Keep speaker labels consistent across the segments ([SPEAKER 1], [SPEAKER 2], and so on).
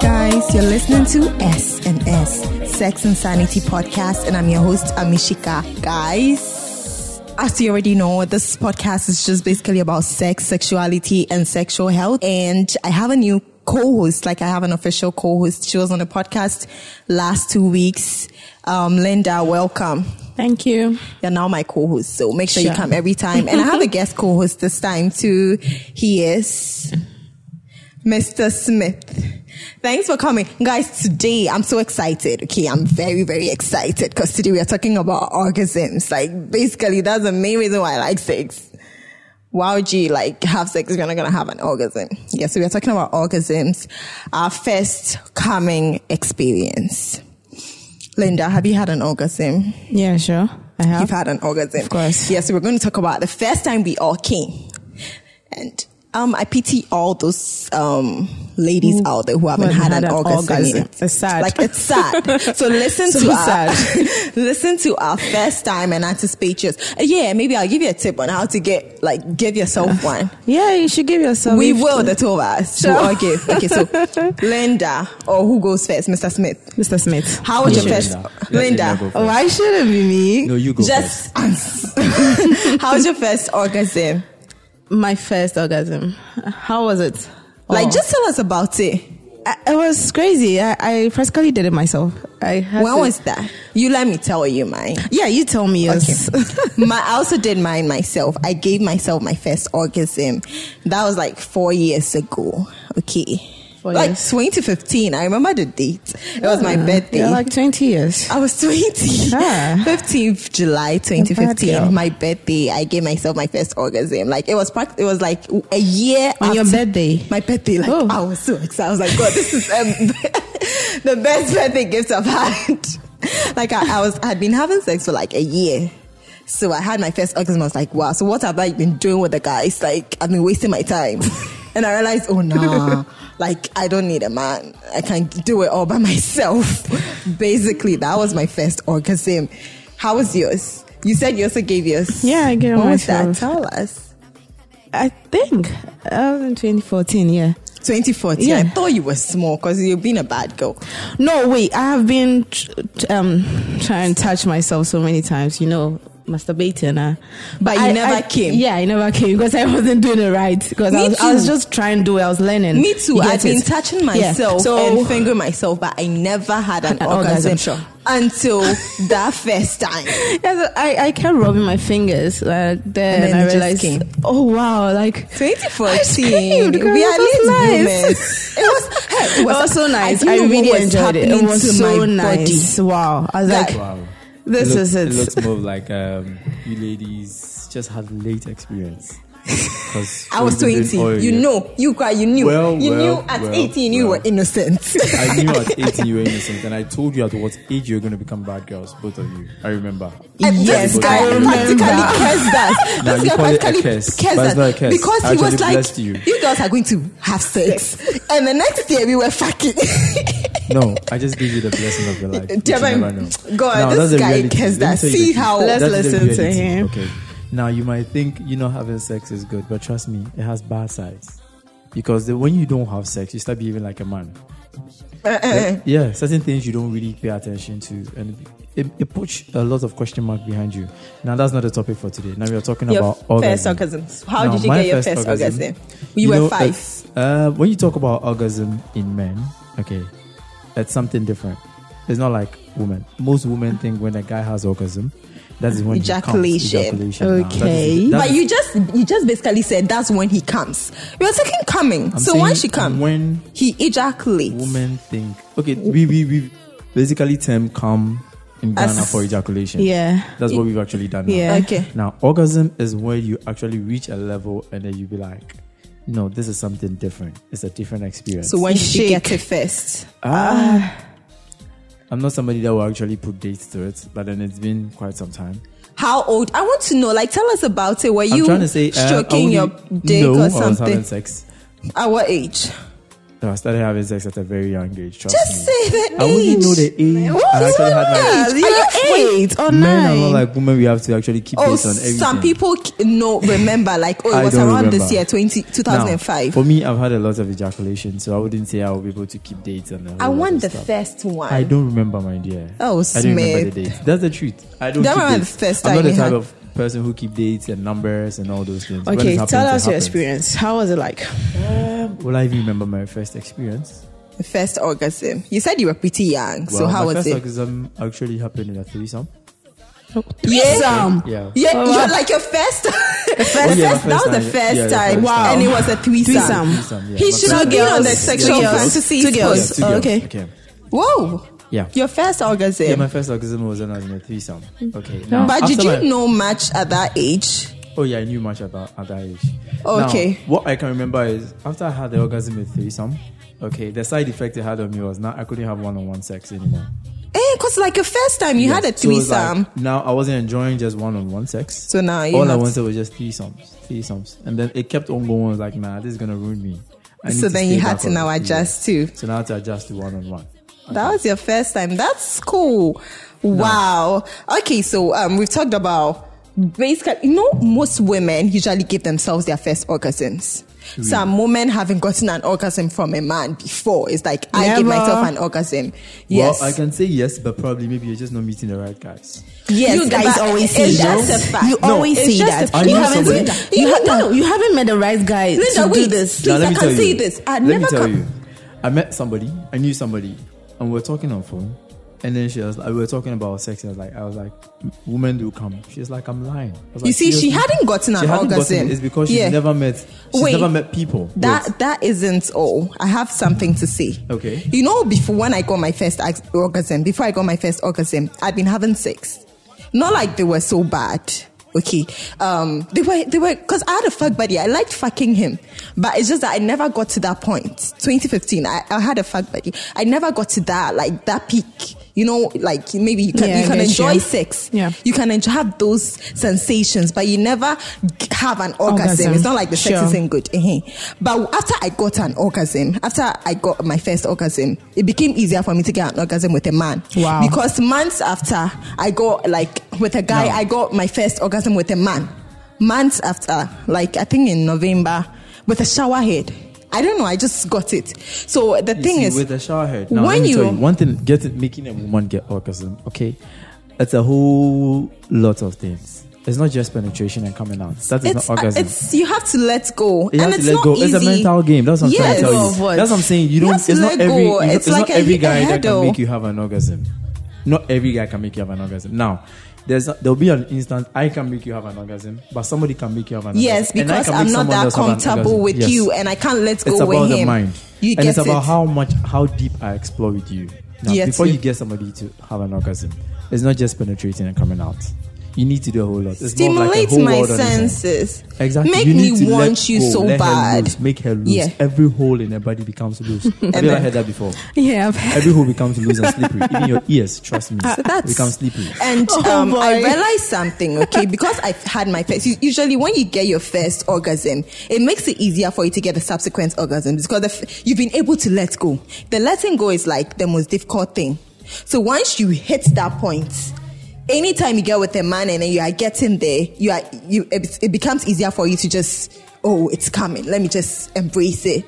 [SPEAKER 1] You're listening to S and S Sex and Sanity podcast, and I'm your host Amishika. Guys, as you already know, this podcast is just basically about sex, sexuality, and sexual health. And I have a new co-host. Like I have an official co-host. She was on the podcast last two weeks. Um, Linda, welcome.
[SPEAKER 2] Thank you.
[SPEAKER 1] You're now my co-host, so make sure, you come every time. And I have a guest co-host this time too. He is Mr. Smith. Thanks for coming. Guys, today I'm so excited. Okay, I'm very, very excited because today we are talking about orgasms. Like basically that's the main reason why I like sex. Why would you like have sex if you're not gonna have an orgasm? Yeah, so we are talking about orgasms. Our first coming experience. Linda, have you had an orgasm?
[SPEAKER 2] Yeah, sure. I have.
[SPEAKER 1] You've had an orgasm.
[SPEAKER 2] Of course.
[SPEAKER 1] Yes, we're going to talk about the first time we all came. And um, I pity all those um, ladies out there who haven't had,
[SPEAKER 2] Mm. haven't had
[SPEAKER 1] an,
[SPEAKER 2] an
[SPEAKER 1] orgasm.
[SPEAKER 2] orgasm.
[SPEAKER 1] yet.
[SPEAKER 2] It's sad.
[SPEAKER 1] Like it's sad. so listen
[SPEAKER 2] So
[SPEAKER 1] to our
[SPEAKER 2] sad.
[SPEAKER 1] listen to our first time and anticipate yours. Uh, yeah, maybe I'll give you a tip on how to get like give
[SPEAKER 2] Uh,
[SPEAKER 1] yourself one.
[SPEAKER 2] yeah, you should give yourself.
[SPEAKER 1] We
[SPEAKER 2] if-
[SPEAKER 1] will, the two of us.
[SPEAKER 2] Sure.
[SPEAKER 1] We'll all give. Okay, so Linda or who goes first, Mr. Smith.
[SPEAKER 2] Mr. Smith.
[SPEAKER 1] How was
[SPEAKER 3] You
[SPEAKER 1] your
[SPEAKER 3] should,
[SPEAKER 1] first
[SPEAKER 3] Linda. Let
[SPEAKER 1] Linda?
[SPEAKER 3] Linda go first.
[SPEAKER 2] Why should it Oh, be me?
[SPEAKER 3] No, you go first.
[SPEAKER 1] Just answer. how was your first orgasm?
[SPEAKER 2] My first orgasm. How was it?
[SPEAKER 1] Like,
[SPEAKER 2] Oh.
[SPEAKER 1] just tell us about it.
[SPEAKER 2] I, it was crazy. I, I practically did it myself. I had
[SPEAKER 1] When
[SPEAKER 2] to-
[SPEAKER 1] was that? You let me tell you mine.
[SPEAKER 2] Yeah, you tell me yours.
[SPEAKER 1] my, I also did mine myself. I gave myself my first orgasm. That was like four years ago. Okay.
[SPEAKER 2] Four
[SPEAKER 1] like
[SPEAKER 2] years.
[SPEAKER 1] 2015. I remember the date. It was my birthday.
[SPEAKER 2] You're like twenty years.
[SPEAKER 1] I was 20.
[SPEAKER 2] Ah.
[SPEAKER 1] 15th July
[SPEAKER 2] girl.
[SPEAKER 1] 2015. My birthday. I gave myself my first orgasm. Like it was prac- it was like a year
[SPEAKER 2] On your
[SPEAKER 1] after-
[SPEAKER 2] birthday?
[SPEAKER 1] My birthday. Like
[SPEAKER 2] Oh.
[SPEAKER 1] I was so excited. I was like, God, this is um, the best birthday gift I've had. like I, I was I had been having sex for like a year. So I had my first orgasm. I was like, wow. So what have I been doing with the guys? Like I've been wasting my time. And I realized, oh nah, like I don't need a man. I can do it all by myself. Basically, that was my first orgasm. How was yours? You said you also gave yours.
[SPEAKER 2] Yeah, I gave
[SPEAKER 1] What was that?
[SPEAKER 2] myself.
[SPEAKER 1] Tell us.
[SPEAKER 2] I think I was in 2014. Yeah.
[SPEAKER 1] 2014. I
[SPEAKER 2] Yeah.
[SPEAKER 1] thought you were small because you've been a bad girl.
[SPEAKER 2] No, wait. I have been tr- tr- um trying to touch myself so many times. You know, masturbating. Uh,
[SPEAKER 1] But you never came.
[SPEAKER 2] Yeah, I never came because I wasn't doing it right. Because
[SPEAKER 1] Me
[SPEAKER 2] I was, I was
[SPEAKER 1] too.
[SPEAKER 2] just trying to do it. I was learning.
[SPEAKER 1] Me too.
[SPEAKER 2] You
[SPEAKER 1] I've
[SPEAKER 2] get
[SPEAKER 1] been
[SPEAKER 2] it?
[SPEAKER 1] touching
[SPEAKER 2] Yeah.
[SPEAKER 1] myself
[SPEAKER 2] So
[SPEAKER 1] and fingering myself, but I never had an,
[SPEAKER 2] An
[SPEAKER 1] orgasm,
[SPEAKER 2] orgasm, sure.
[SPEAKER 1] until that first time.
[SPEAKER 2] yeah, so I I kept rubbing my fingers like there,
[SPEAKER 1] And
[SPEAKER 2] and,
[SPEAKER 1] then it
[SPEAKER 2] I
[SPEAKER 1] just
[SPEAKER 2] realized,
[SPEAKER 1] came.
[SPEAKER 2] oh wow, like.
[SPEAKER 1] 2014.
[SPEAKER 2] screamed, girl,
[SPEAKER 1] we
[SPEAKER 2] it
[SPEAKER 1] are
[SPEAKER 2] was
[SPEAKER 1] lit
[SPEAKER 2] nice.
[SPEAKER 1] women. It was, hey,
[SPEAKER 2] It was so nice. I,
[SPEAKER 1] Oh, didn't know
[SPEAKER 2] really
[SPEAKER 1] what was
[SPEAKER 2] enjoyed it. It
[SPEAKER 1] happening to
[SPEAKER 2] was so
[SPEAKER 1] my body.
[SPEAKER 2] nice. Wow. I was
[SPEAKER 1] That-
[SPEAKER 2] like,
[SPEAKER 3] Wow.
[SPEAKER 2] This
[SPEAKER 3] it
[SPEAKER 2] is it.
[SPEAKER 3] It looks more like um, you ladies just had late experience. 'Cause
[SPEAKER 1] I was
[SPEAKER 3] we've
[SPEAKER 1] 20.
[SPEAKER 3] been oil,
[SPEAKER 1] you
[SPEAKER 3] yeah.
[SPEAKER 1] know, you cry, you knew.
[SPEAKER 3] Well,
[SPEAKER 1] you
[SPEAKER 3] well,
[SPEAKER 1] knew at
[SPEAKER 3] well,
[SPEAKER 1] 18 you
[SPEAKER 3] well.
[SPEAKER 1] were innocent.
[SPEAKER 3] I knew at 18 you were innocent, and I told you at what age you were going to become bad girls, both of you. I remember.
[SPEAKER 1] And
[SPEAKER 2] Yes,
[SPEAKER 1] this
[SPEAKER 3] Both
[SPEAKER 1] guy
[SPEAKER 3] of
[SPEAKER 2] I
[SPEAKER 3] you.
[SPEAKER 1] practically cursed
[SPEAKER 2] remember.
[SPEAKER 1] us.
[SPEAKER 3] No,
[SPEAKER 1] this
[SPEAKER 3] you
[SPEAKER 1] guy
[SPEAKER 3] call it a
[SPEAKER 1] practically
[SPEAKER 3] curse,
[SPEAKER 1] cursed
[SPEAKER 3] but
[SPEAKER 1] us
[SPEAKER 3] it's not a curse.
[SPEAKER 1] because
[SPEAKER 3] I
[SPEAKER 1] he was
[SPEAKER 3] actually
[SPEAKER 1] like,
[SPEAKER 3] blessed you.
[SPEAKER 1] girls are going to have sex," and the next day we were fucking.
[SPEAKER 3] No, I just gave you the blessing of your life. which you
[SPEAKER 1] Deborah,
[SPEAKER 3] never know.
[SPEAKER 1] God,
[SPEAKER 3] Now,
[SPEAKER 1] this
[SPEAKER 3] that's the
[SPEAKER 1] guy
[SPEAKER 3] reality.
[SPEAKER 1] cares
[SPEAKER 3] Let me
[SPEAKER 1] that.
[SPEAKER 3] tell you
[SPEAKER 1] See
[SPEAKER 3] the-
[SPEAKER 1] how- Let's
[SPEAKER 3] that's the
[SPEAKER 2] listen to
[SPEAKER 3] reality.
[SPEAKER 2] him.
[SPEAKER 3] Okay. Now you might think you know having sex is good, but trust me, it has bad sides. Because the, when you don't have sex, you start behaving like a man.
[SPEAKER 1] Uh-uh.
[SPEAKER 3] Like, yeah, certain things you don't really pay attention to, and it, it puts a lot of question mark behind you. Now that's not the topic for today. Now we are talking
[SPEAKER 1] your
[SPEAKER 3] about
[SPEAKER 1] first
[SPEAKER 3] orgasm.
[SPEAKER 1] orgasm. How
[SPEAKER 3] Now,
[SPEAKER 1] did you
[SPEAKER 3] my
[SPEAKER 1] get your first orgasm? You, were
[SPEAKER 3] know,
[SPEAKER 1] five.
[SPEAKER 3] it's, Uh, when you talk about orgasm in men, okay, it's something different. It's not like women. Most women think when a guy has orgasm, that is when
[SPEAKER 1] Ejaculation.
[SPEAKER 3] He comes. Ejaculation. Now, that is-
[SPEAKER 2] Okay.
[SPEAKER 3] that
[SPEAKER 1] But
[SPEAKER 3] is-
[SPEAKER 1] you just you just basically said that's when he comes. We are talking coming.
[SPEAKER 3] I'm
[SPEAKER 1] so when
[SPEAKER 3] saying
[SPEAKER 1] she comes,
[SPEAKER 3] when
[SPEAKER 1] he ejaculates.
[SPEAKER 3] women think, okay, we we we basically term come in Ghana
[SPEAKER 1] As-
[SPEAKER 3] for ejaculation.
[SPEAKER 2] Yeah.
[SPEAKER 3] that's what we've actually done. now.
[SPEAKER 2] Yeah.
[SPEAKER 1] Okay.
[SPEAKER 3] Now, orgasm is where you actually reach a level and then you be like, no, this is something different. It's a different experience.
[SPEAKER 1] So when did you
[SPEAKER 2] Shake.
[SPEAKER 1] get it first?
[SPEAKER 3] Ah. I'm not somebody that will actually put dates to it, but then it's been quite some time.
[SPEAKER 1] How old? I want to know. Like, tell us about it. Were
[SPEAKER 3] I'm
[SPEAKER 1] you
[SPEAKER 3] trying to say, uh, I
[SPEAKER 1] stroking your
[SPEAKER 3] wouldn't-
[SPEAKER 1] dick
[SPEAKER 3] no,
[SPEAKER 1] or
[SPEAKER 3] I was having
[SPEAKER 1] something?
[SPEAKER 3] sex.
[SPEAKER 1] At what age?
[SPEAKER 3] No, I started having sex at a very young age. Trust
[SPEAKER 1] Just
[SPEAKER 3] me.
[SPEAKER 1] say that
[SPEAKER 3] Hmm. I wouldn't know the age.
[SPEAKER 1] What
[SPEAKER 3] I
[SPEAKER 1] is
[SPEAKER 3] actually had my
[SPEAKER 1] that?
[SPEAKER 2] Are you eight or
[SPEAKER 3] men are not
[SPEAKER 2] nine?
[SPEAKER 3] like women. We have to actually keep
[SPEAKER 1] Oh,
[SPEAKER 3] this on everything.
[SPEAKER 1] some people k- no remember like oh
[SPEAKER 3] I
[SPEAKER 1] it was
[SPEAKER 3] don't
[SPEAKER 1] around this
[SPEAKER 3] remember.
[SPEAKER 1] year 20,
[SPEAKER 3] Now,
[SPEAKER 1] 2005.
[SPEAKER 3] for me, I've had a lot of ejaculation, so I wouldn't say I will be able to keep dates and. a whole
[SPEAKER 1] I
[SPEAKER 3] lot
[SPEAKER 1] want
[SPEAKER 3] of
[SPEAKER 1] the
[SPEAKER 3] stuff.
[SPEAKER 1] first one.
[SPEAKER 3] I don't remember, my dear.
[SPEAKER 1] Oh,
[SPEAKER 3] I don't remember
[SPEAKER 1] Smith.
[SPEAKER 3] the dates. That's the truth. I don't.
[SPEAKER 1] Don't
[SPEAKER 3] keep
[SPEAKER 1] remember
[SPEAKER 3] dates.
[SPEAKER 1] the first
[SPEAKER 3] I'm not
[SPEAKER 1] time
[SPEAKER 3] the
[SPEAKER 1] you
[SPEAKER 3] type
[SPEAKER 1] had-
[SPEAKER 3] of person who keep dates and numbers and all those things. When it
[SPEAKER 2] Okay,
[SPEAKER 3] happens,
[SPEAKER 2] tell
[SPEAKER 3] it
[SPEAKER 2] us your
[SPEAKER 3] happens.
[SPEAKER 2] experience. How was it like?
[SPEAKER 3] Um, will I even remember my first experience?
[SPEAKER 1] The first orgasm. You said you were pretty young, so
[SPEAKER 3] Well,
[SPEAKER 1] how
[SPEAKER 3] my
[SPEAKER 1] was
[SPEAKER 3] first
[SPEAKER 1] it?
[SPEAKER 3] orgasm actually happened in a threesome.
[SPEAKER 2] Threesome.
[SPEAKER 3] Yeah.
[SPEAKER 1] Yeah,
[SPEAKER 2] Oh,
[SPEAKER 1] you're
[SPEAKER 2] wow.
[SPEAKER 1] like your first.
[SPEAKER 3] Oh, yeah,
[SPEAKER 1] first-
[SPEAKER 3] my
[SPEAKER 1] that
[SPEAKER 3] first
[SPEAKER 1] was the
[SPEAKER 3] time.
[SPEAKER 1] first
[SPEAKER 3] Yeah, yeah,
[SPEAKER 1] time.
[SPEAKER 3] first
[SPEAKER 2] Wow. time.
[SPEAKER 1] And it was a threesome.
[SPEAKER 2] Threesome.
[SPEAKER 3] Threesome, yeah.
[SPEAKER 1] He
[SPEAKER 3] My
[SPEAKER 1] should
[SPEAKER 3] first-
[SPEAKER 1] not be on the
[SPEAKER 2] Two
[SPEAKER 1] sexual
[SPEAKER 2] girls.
[SPEAKER 1] fantasies
[SPEAKER 2] Two girls.
[SPEAKER 1] post.
[SPEAKER 3] two
[SPEAKER 2] Oh,
[SPEAKER 3] girls.
[SPEAKER 2] okay.
[SPEAKER 3] Okay.
[SPEAKER 1] Whoa.
[SPEAKER 3] Yeah.
[SPEAKER 1] Your first orgasm.
[SPEAKER 3] Yeah, my first orgasm was when I was in a threesome. Okay. now,
[SPEAKER 1] but did
[SPEAKER 3] after
[SPEAKER 1] you
[SPEAKER 3] my-
[SPEAKER 1] know much at that age?
[SPEAKER 3] Oh yeah, I knew much about at that age.
[SPEAKER 1] Okay.
[SPEAKER 3] Now, what I can remember is after I had the orgasm with threesome, okay, the side effect it had on me was now I couldn't have one-on-one sex anymore.
[SPEAKER 1] Eh, cause like your first time you
[SPEAKER 3] Yeah.
[SPEAKER 1] had a
[SPEAKER 3] So it was
[SPEAKER 1] threesome.
[SPEAKER 3] like, now I wasn't enjoying just one-on-one sex.
[SPEAKER 1] So now you
[SPEAKER 3] all I
[SPEAKER 1] have-
[SPEAKER 3] wanted was just threesomes, threesomes, and then it kept on going. I was like, nah, this is gonna ruin me. I need
[SPEAKER 1] so then you
[SPEAKER 3] stay
[SPEAKER 1] had
[SPEAKER 3] back
[SPEAKER 1] to
[SPEAKER 3] on
[SPEAKER 1] now
[SPEAKER 3] this
[SPEAKER 1] adjust too.
[SPEAKER 3] period. So now I had to adjust to one-on-one.
[SPEAKER 1] That was your first time. That's cool. Wow. Okay, so um, we've talked about basically, you know, most women usually give themselves their first orgasms. Some women haven't gotten an orgasm from a man before. It's like I give
[SPEAKER 2] Never.
[SPEAKER 1] myself an orgasm. Yes,
[SPEAKER 3] Well, I can say yes, but probably maybe you're just not meeting the right guys.
[SPEAKER 1] yes.
[SPEAKER 2] You guys
[SPEAKER 1] but
[SPEAKER 2] always
[SPEAKER 1] it's
[SPEAKER 2] say
[SPEAKER 1] just
[SPEAKER 2] that.
[SPEAKER 1] a fact.
[SPEAKER 2] You always
[SPEAKER 1] It's
[SPEAKER 2] say
[SPEAKER 1] just
[SPEAKER 2] that.
[SPEAKER 1] a fact.
[SPEAKER 3] I
[SPEAKER 2] You
[SPEAKER 3] know
[SPEAKER 2] haven't,
[SPEAKER 3] somebody-
[SPEAKER 2] you,
[SPEAKER 1] You
[SPEAKER 2] ha-
[SPEAKER 1] know.
[SPEAKER 2] no, you haven't met the right guy
[SPEAKER 1] Linda,
[SPEAKER 2] to
[SPEAKER 1] wait.
[SPEAKER 2] do this.
[SPEAKER 1] Please,
[SPEAKER 3] Now,
[SPEAKER 1] I
[SPEAKER 3] me
[SPEAKER 1] can
[SPEAKER 3] tell
[SPEAKER 1] say
[SPEAKER 3] you.
[SPEAKER 1] this. I
[SPEAKER 3] Let me
[SPEAKER 1] never
[SPEAKER 3] tell
[SPEAKER 1] co-
[SPEAKER 3] you. I met somebody. I knew somebody, and we were talking on phone. And then she was like, we were talking about sex. And I was like, I was like, women do come. She's like, I'm lying. I was
[SPEAKER 1] You
[SPEAKER 3] like,
[SPEAKER 1] see, she
[SPEAKER 3] seriously?
[SPEAKER 1] hadn't gotten an
[SPEAKER 3] She hadn't
[SPEAKER 1] orgasm.
[SPEAKER 3] gotten it. It's because she's
[SPEAKER 1] Yeah.
[SPEAKER 3] never met. She's
[SPEAKER 1] Wait.
[SPEAKER 3] never met people.
[SPEAKER 1] That
[SPEAKER 3] Wait.
[SPEAKER 1] that isn't all. I have something to say.
[SPEAKER 3] Okay.
[SPEAKER 1] You know, before when I got my first ex- orgasm, before I got my first orgasm, I'd been having sex. Not like they were so bad. Okay. Um, they were they were because I had a fuck buddy. I liked fucking him, but it's just that I never got to that point. 2015, I, I had a fuck buddy. I never got to that like that peak. You know, like maybe you can
[SPEAKER 2] Yeah, I
[SPEAKER 1] you can
[SPEAKER 2] get
[SPEAKER 1] enjoy
[SPEAKER 2] you.
[SPEAKER 1] sex.
[SPEAKER 2] Yeah.
[SPEAKER 1] You can enjoy, have those sensations, but you never g- have an orgasm.
[SPEAKER 2] Orgasm.
[SPEAKER 1] It's not like the sex
[SPEAKER 2] Sure.
[SPEAKER 1] isn't good. eh, eh. But after I got an orgasm, after I got my first orgasm, it became easier for me to get an orgasm with a man.
[SPEAKER 2] Wow.
[SPEAKER 1] Because months after I got like with a guy,
[SPEAKER 3] No.
[SPEAKER 1] I got my first orgasm with a man. Months after, like I think in November, with a shower head. I don't know. I just got it. So the
[SPEAKER 3] You
[SPEAKER 1] thing
[SPEAKER 3] see,
[SPEAKER 1] is,
[SPEAKER 3] with a shower head. Now,
[SPEAKER 1] when
[SPEAKER 3] let me
[SPEAKER 1] you-
[SPEAKER 3] tell you one thing, get it, making a woman get orgasm. Okay, it's a whole lot of things. It's not just penetration and coming out. That is
[SPEAKER 1] it's, uh,
[SPEAKER 3] not orgasm.
[SPEAKER 1] it's you have to let go,
[SPEAKER 3] You
[SPEAKER 1] and
[SPEAKER 3] have
[SPEAKER 1] it's
[SPEAKER 3] to let
[SPEAKER 1] not
[SPEAKER 3] go.
[SPEAKER 1] easy.
[SPEAKER 3] It's a mental game. That's what I'm
[SPEAKER 1] Yes.
[SPEAKER 3] trying to
[SPEAKER 2] Go
[SPEAKER 3] tell
[SPEAKER 2] of
[SPEAKER 3] you.
[SPEAKER 2] what?
[SPEAKER 3] That's what I'm saying. You don't.
[SPEAKER 1] You have to
[SPEAKER 3] it's not
[SPEAKER 1] let
[SPEAKER 3] every.
[SPEAKER 1] go.
[SPEAKER 3] you know,
[SPEAKER 1] It's
[SPEAKER 3] It's,
[SPEAKER 1] like
[SPEAKER 3] not
[SPEAKER 1] a-
[SPEAKER 3] every
[SPEAKER 1] a
[SPEAKER 3] guy that
[SPEAKER 1] hurdle.
[SPEAKER 3] can make you have an orgasm. Not every guy can make you have an orgasm. Now, there's there'll be an instant I can make you have an orgasm, but somebody can make you have an
[SPEAKER 1] Yes,
[SPEAKER 3] orgasm. And I
[SPEAKER 1] because
[SPEAKER 3] can
[SPEAKER 1] I'm
[SPEAKER 3] make
[SPEAKER 1] not
[SPEAKER 3] someone
[SPEAKER 1] that
[SPEAKER 3] else have an
[SPEAKER 1] comfortable
[SPEAKER 3] orgasm.
[SPEAKER 1] with
[SPEAKER 3] Yes.
[SPEAKER 1] you, and I can't let go
[SPEAKER 3] it's
[SPEAKER 1] with
[SPEAKER 3] about
[SPEAKER 1] him.
[SPEAKER 3] the mind.
[SPEAKER 1] You
[SPEAKER 3] and
[SPEAKER 1] get
[SPEAKER 3] it's about
[SPEAKER 1] it.
[SPEAKER 3] how much, how deep I explore with you. Now,
[SPEAKER 1] Yes,
[SPEAKER 3] before
[SPEAKER 1] you-
[SPEAKER 3] you get somebody to have an orgasm, it's not just penetrating and coming out. You need to do a whole lot. It's more of
[SPEAKER 1] stimulate
[SPEAKER 3] like a whole
[SPEAKER 1] my
[SPEAKER 3] world on its own.
[SPEAKER 1] senses.
[SPEAKER 3] Exactly.
[SPEAKER 1] Make
[SPEAKER 3] You need
[SPEAKER 1] me
[SPEAKER 3] to let
[SPEAKER 1] want you
[SPEAKER 3] go.
[SPEAKER 1] so
[SPEAKER 3] Let her
[SPEAKER 1] bad.
[SPEAKER 3] loose. Make her loose.
[SPEAKER 1] Yeah.
[SPEAKER 3] Every hole in her body becomes loose. Have you ever
[SPEAKER 1] then-
[SPEAKER 3] heard that before?
[SPEAKER 2] Yeah, I've-
[SPEAKER 3] Every hole becomes loose and slippery. Even your ears, trust me,
[SPEAKER 1] Ah, that's-
[SPEAKER 3] become slippery.
[SPEAKER 1] And
[SPEAKER 2] Oh,
[SPEAKER 1] um, I
[SPEAKER 2] boy.
[SPEAKER 1] realized something, okay, because I've had my first. u- Usually, when you get your first orgasm, it makes it easier for you to get the subsequent orgasms because the f- you've been able to let go. The letting go is like the most difficult thing. So once you hit that point, anytime you get with a man and then you are getting there, you are you. It, it becomes easier for you to just, oh, it's coming. Let me just embrace it.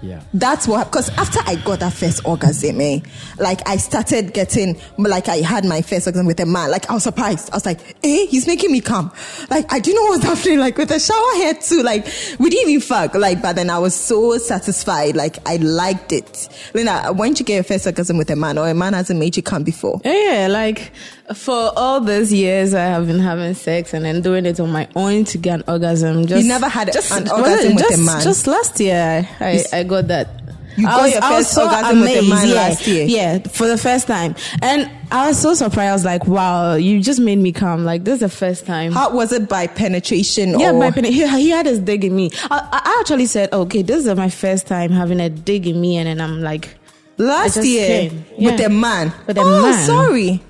[SPEAKER 3] Yeah.
[SPEAKER 1] That's what because after I got that first orgasm, eh, like I started getting like I had my first orgasm with a man. Like I was surprised. I was like, eh, he's making me come. Like I do know what's happening. Like with a shower head too. Like we didn't even fuck. Like but then I was so satisfied. Like I liked it. Linda, when did you get your first orgasm with a man or a man hasn't made you come before?
[SPEAKER 2] Yeah, like for all those years I have been having sex and then doing it on my own to get an orgasm. Just
[SPEAKER 1] never had
[SPEAKER 2] just,
[SPEAKER 1] an
[SPEAKER 2] wasn't
[SPEAKER 1] orgasm
[SPEAKER 2] it
[SPEAKER 1] with a
[SPEAKER 2] just,
[SPEAKER 1] man?
[SPEAKER 2] Just last year, I, I got that.
[SPEAKER 1] You
[SPEAKER 2] I
[SPEAKER 1] got
[SPEAKER 2] was-
[SPEAKER 1] your
[SPEAKER 2] I was
[SPEAKER 1] first
[SPEAKER 2] so
[SPEAKER 1] orgasm with a man
[SPEAKER 2] amazed, yeah,
[SPEAKER 1] last year?
[SPEAKER 2] Yeah, for the first time, and I was so surprised. I was like, "Wow, you just made me come! Like this is the first time."
[SPEAKER 1] How was it by penetration?
[SPEAKER 2] yeah,
[SPEAKER 1] or,
[SPEAKER 3] Oh.
[SPEAKER 2] my pen, he, he had his dig in me. I, I actually said, "Okay, this is my first time having a dig in me," and then I'm like,
[SPEAKER 1] last
[SPEAKER 2] just
[SPEAKER 1] year
[SPEAKER 2] came.
[SPEAKER 1] with
[SPEAKER 2] Yeah.
[SPEAKER 1] a man.
[SPEAKER 2] With a
[SPEAKER 1] oh,
[SPEAKER 2] man.
[SPEAKER 1] sorry.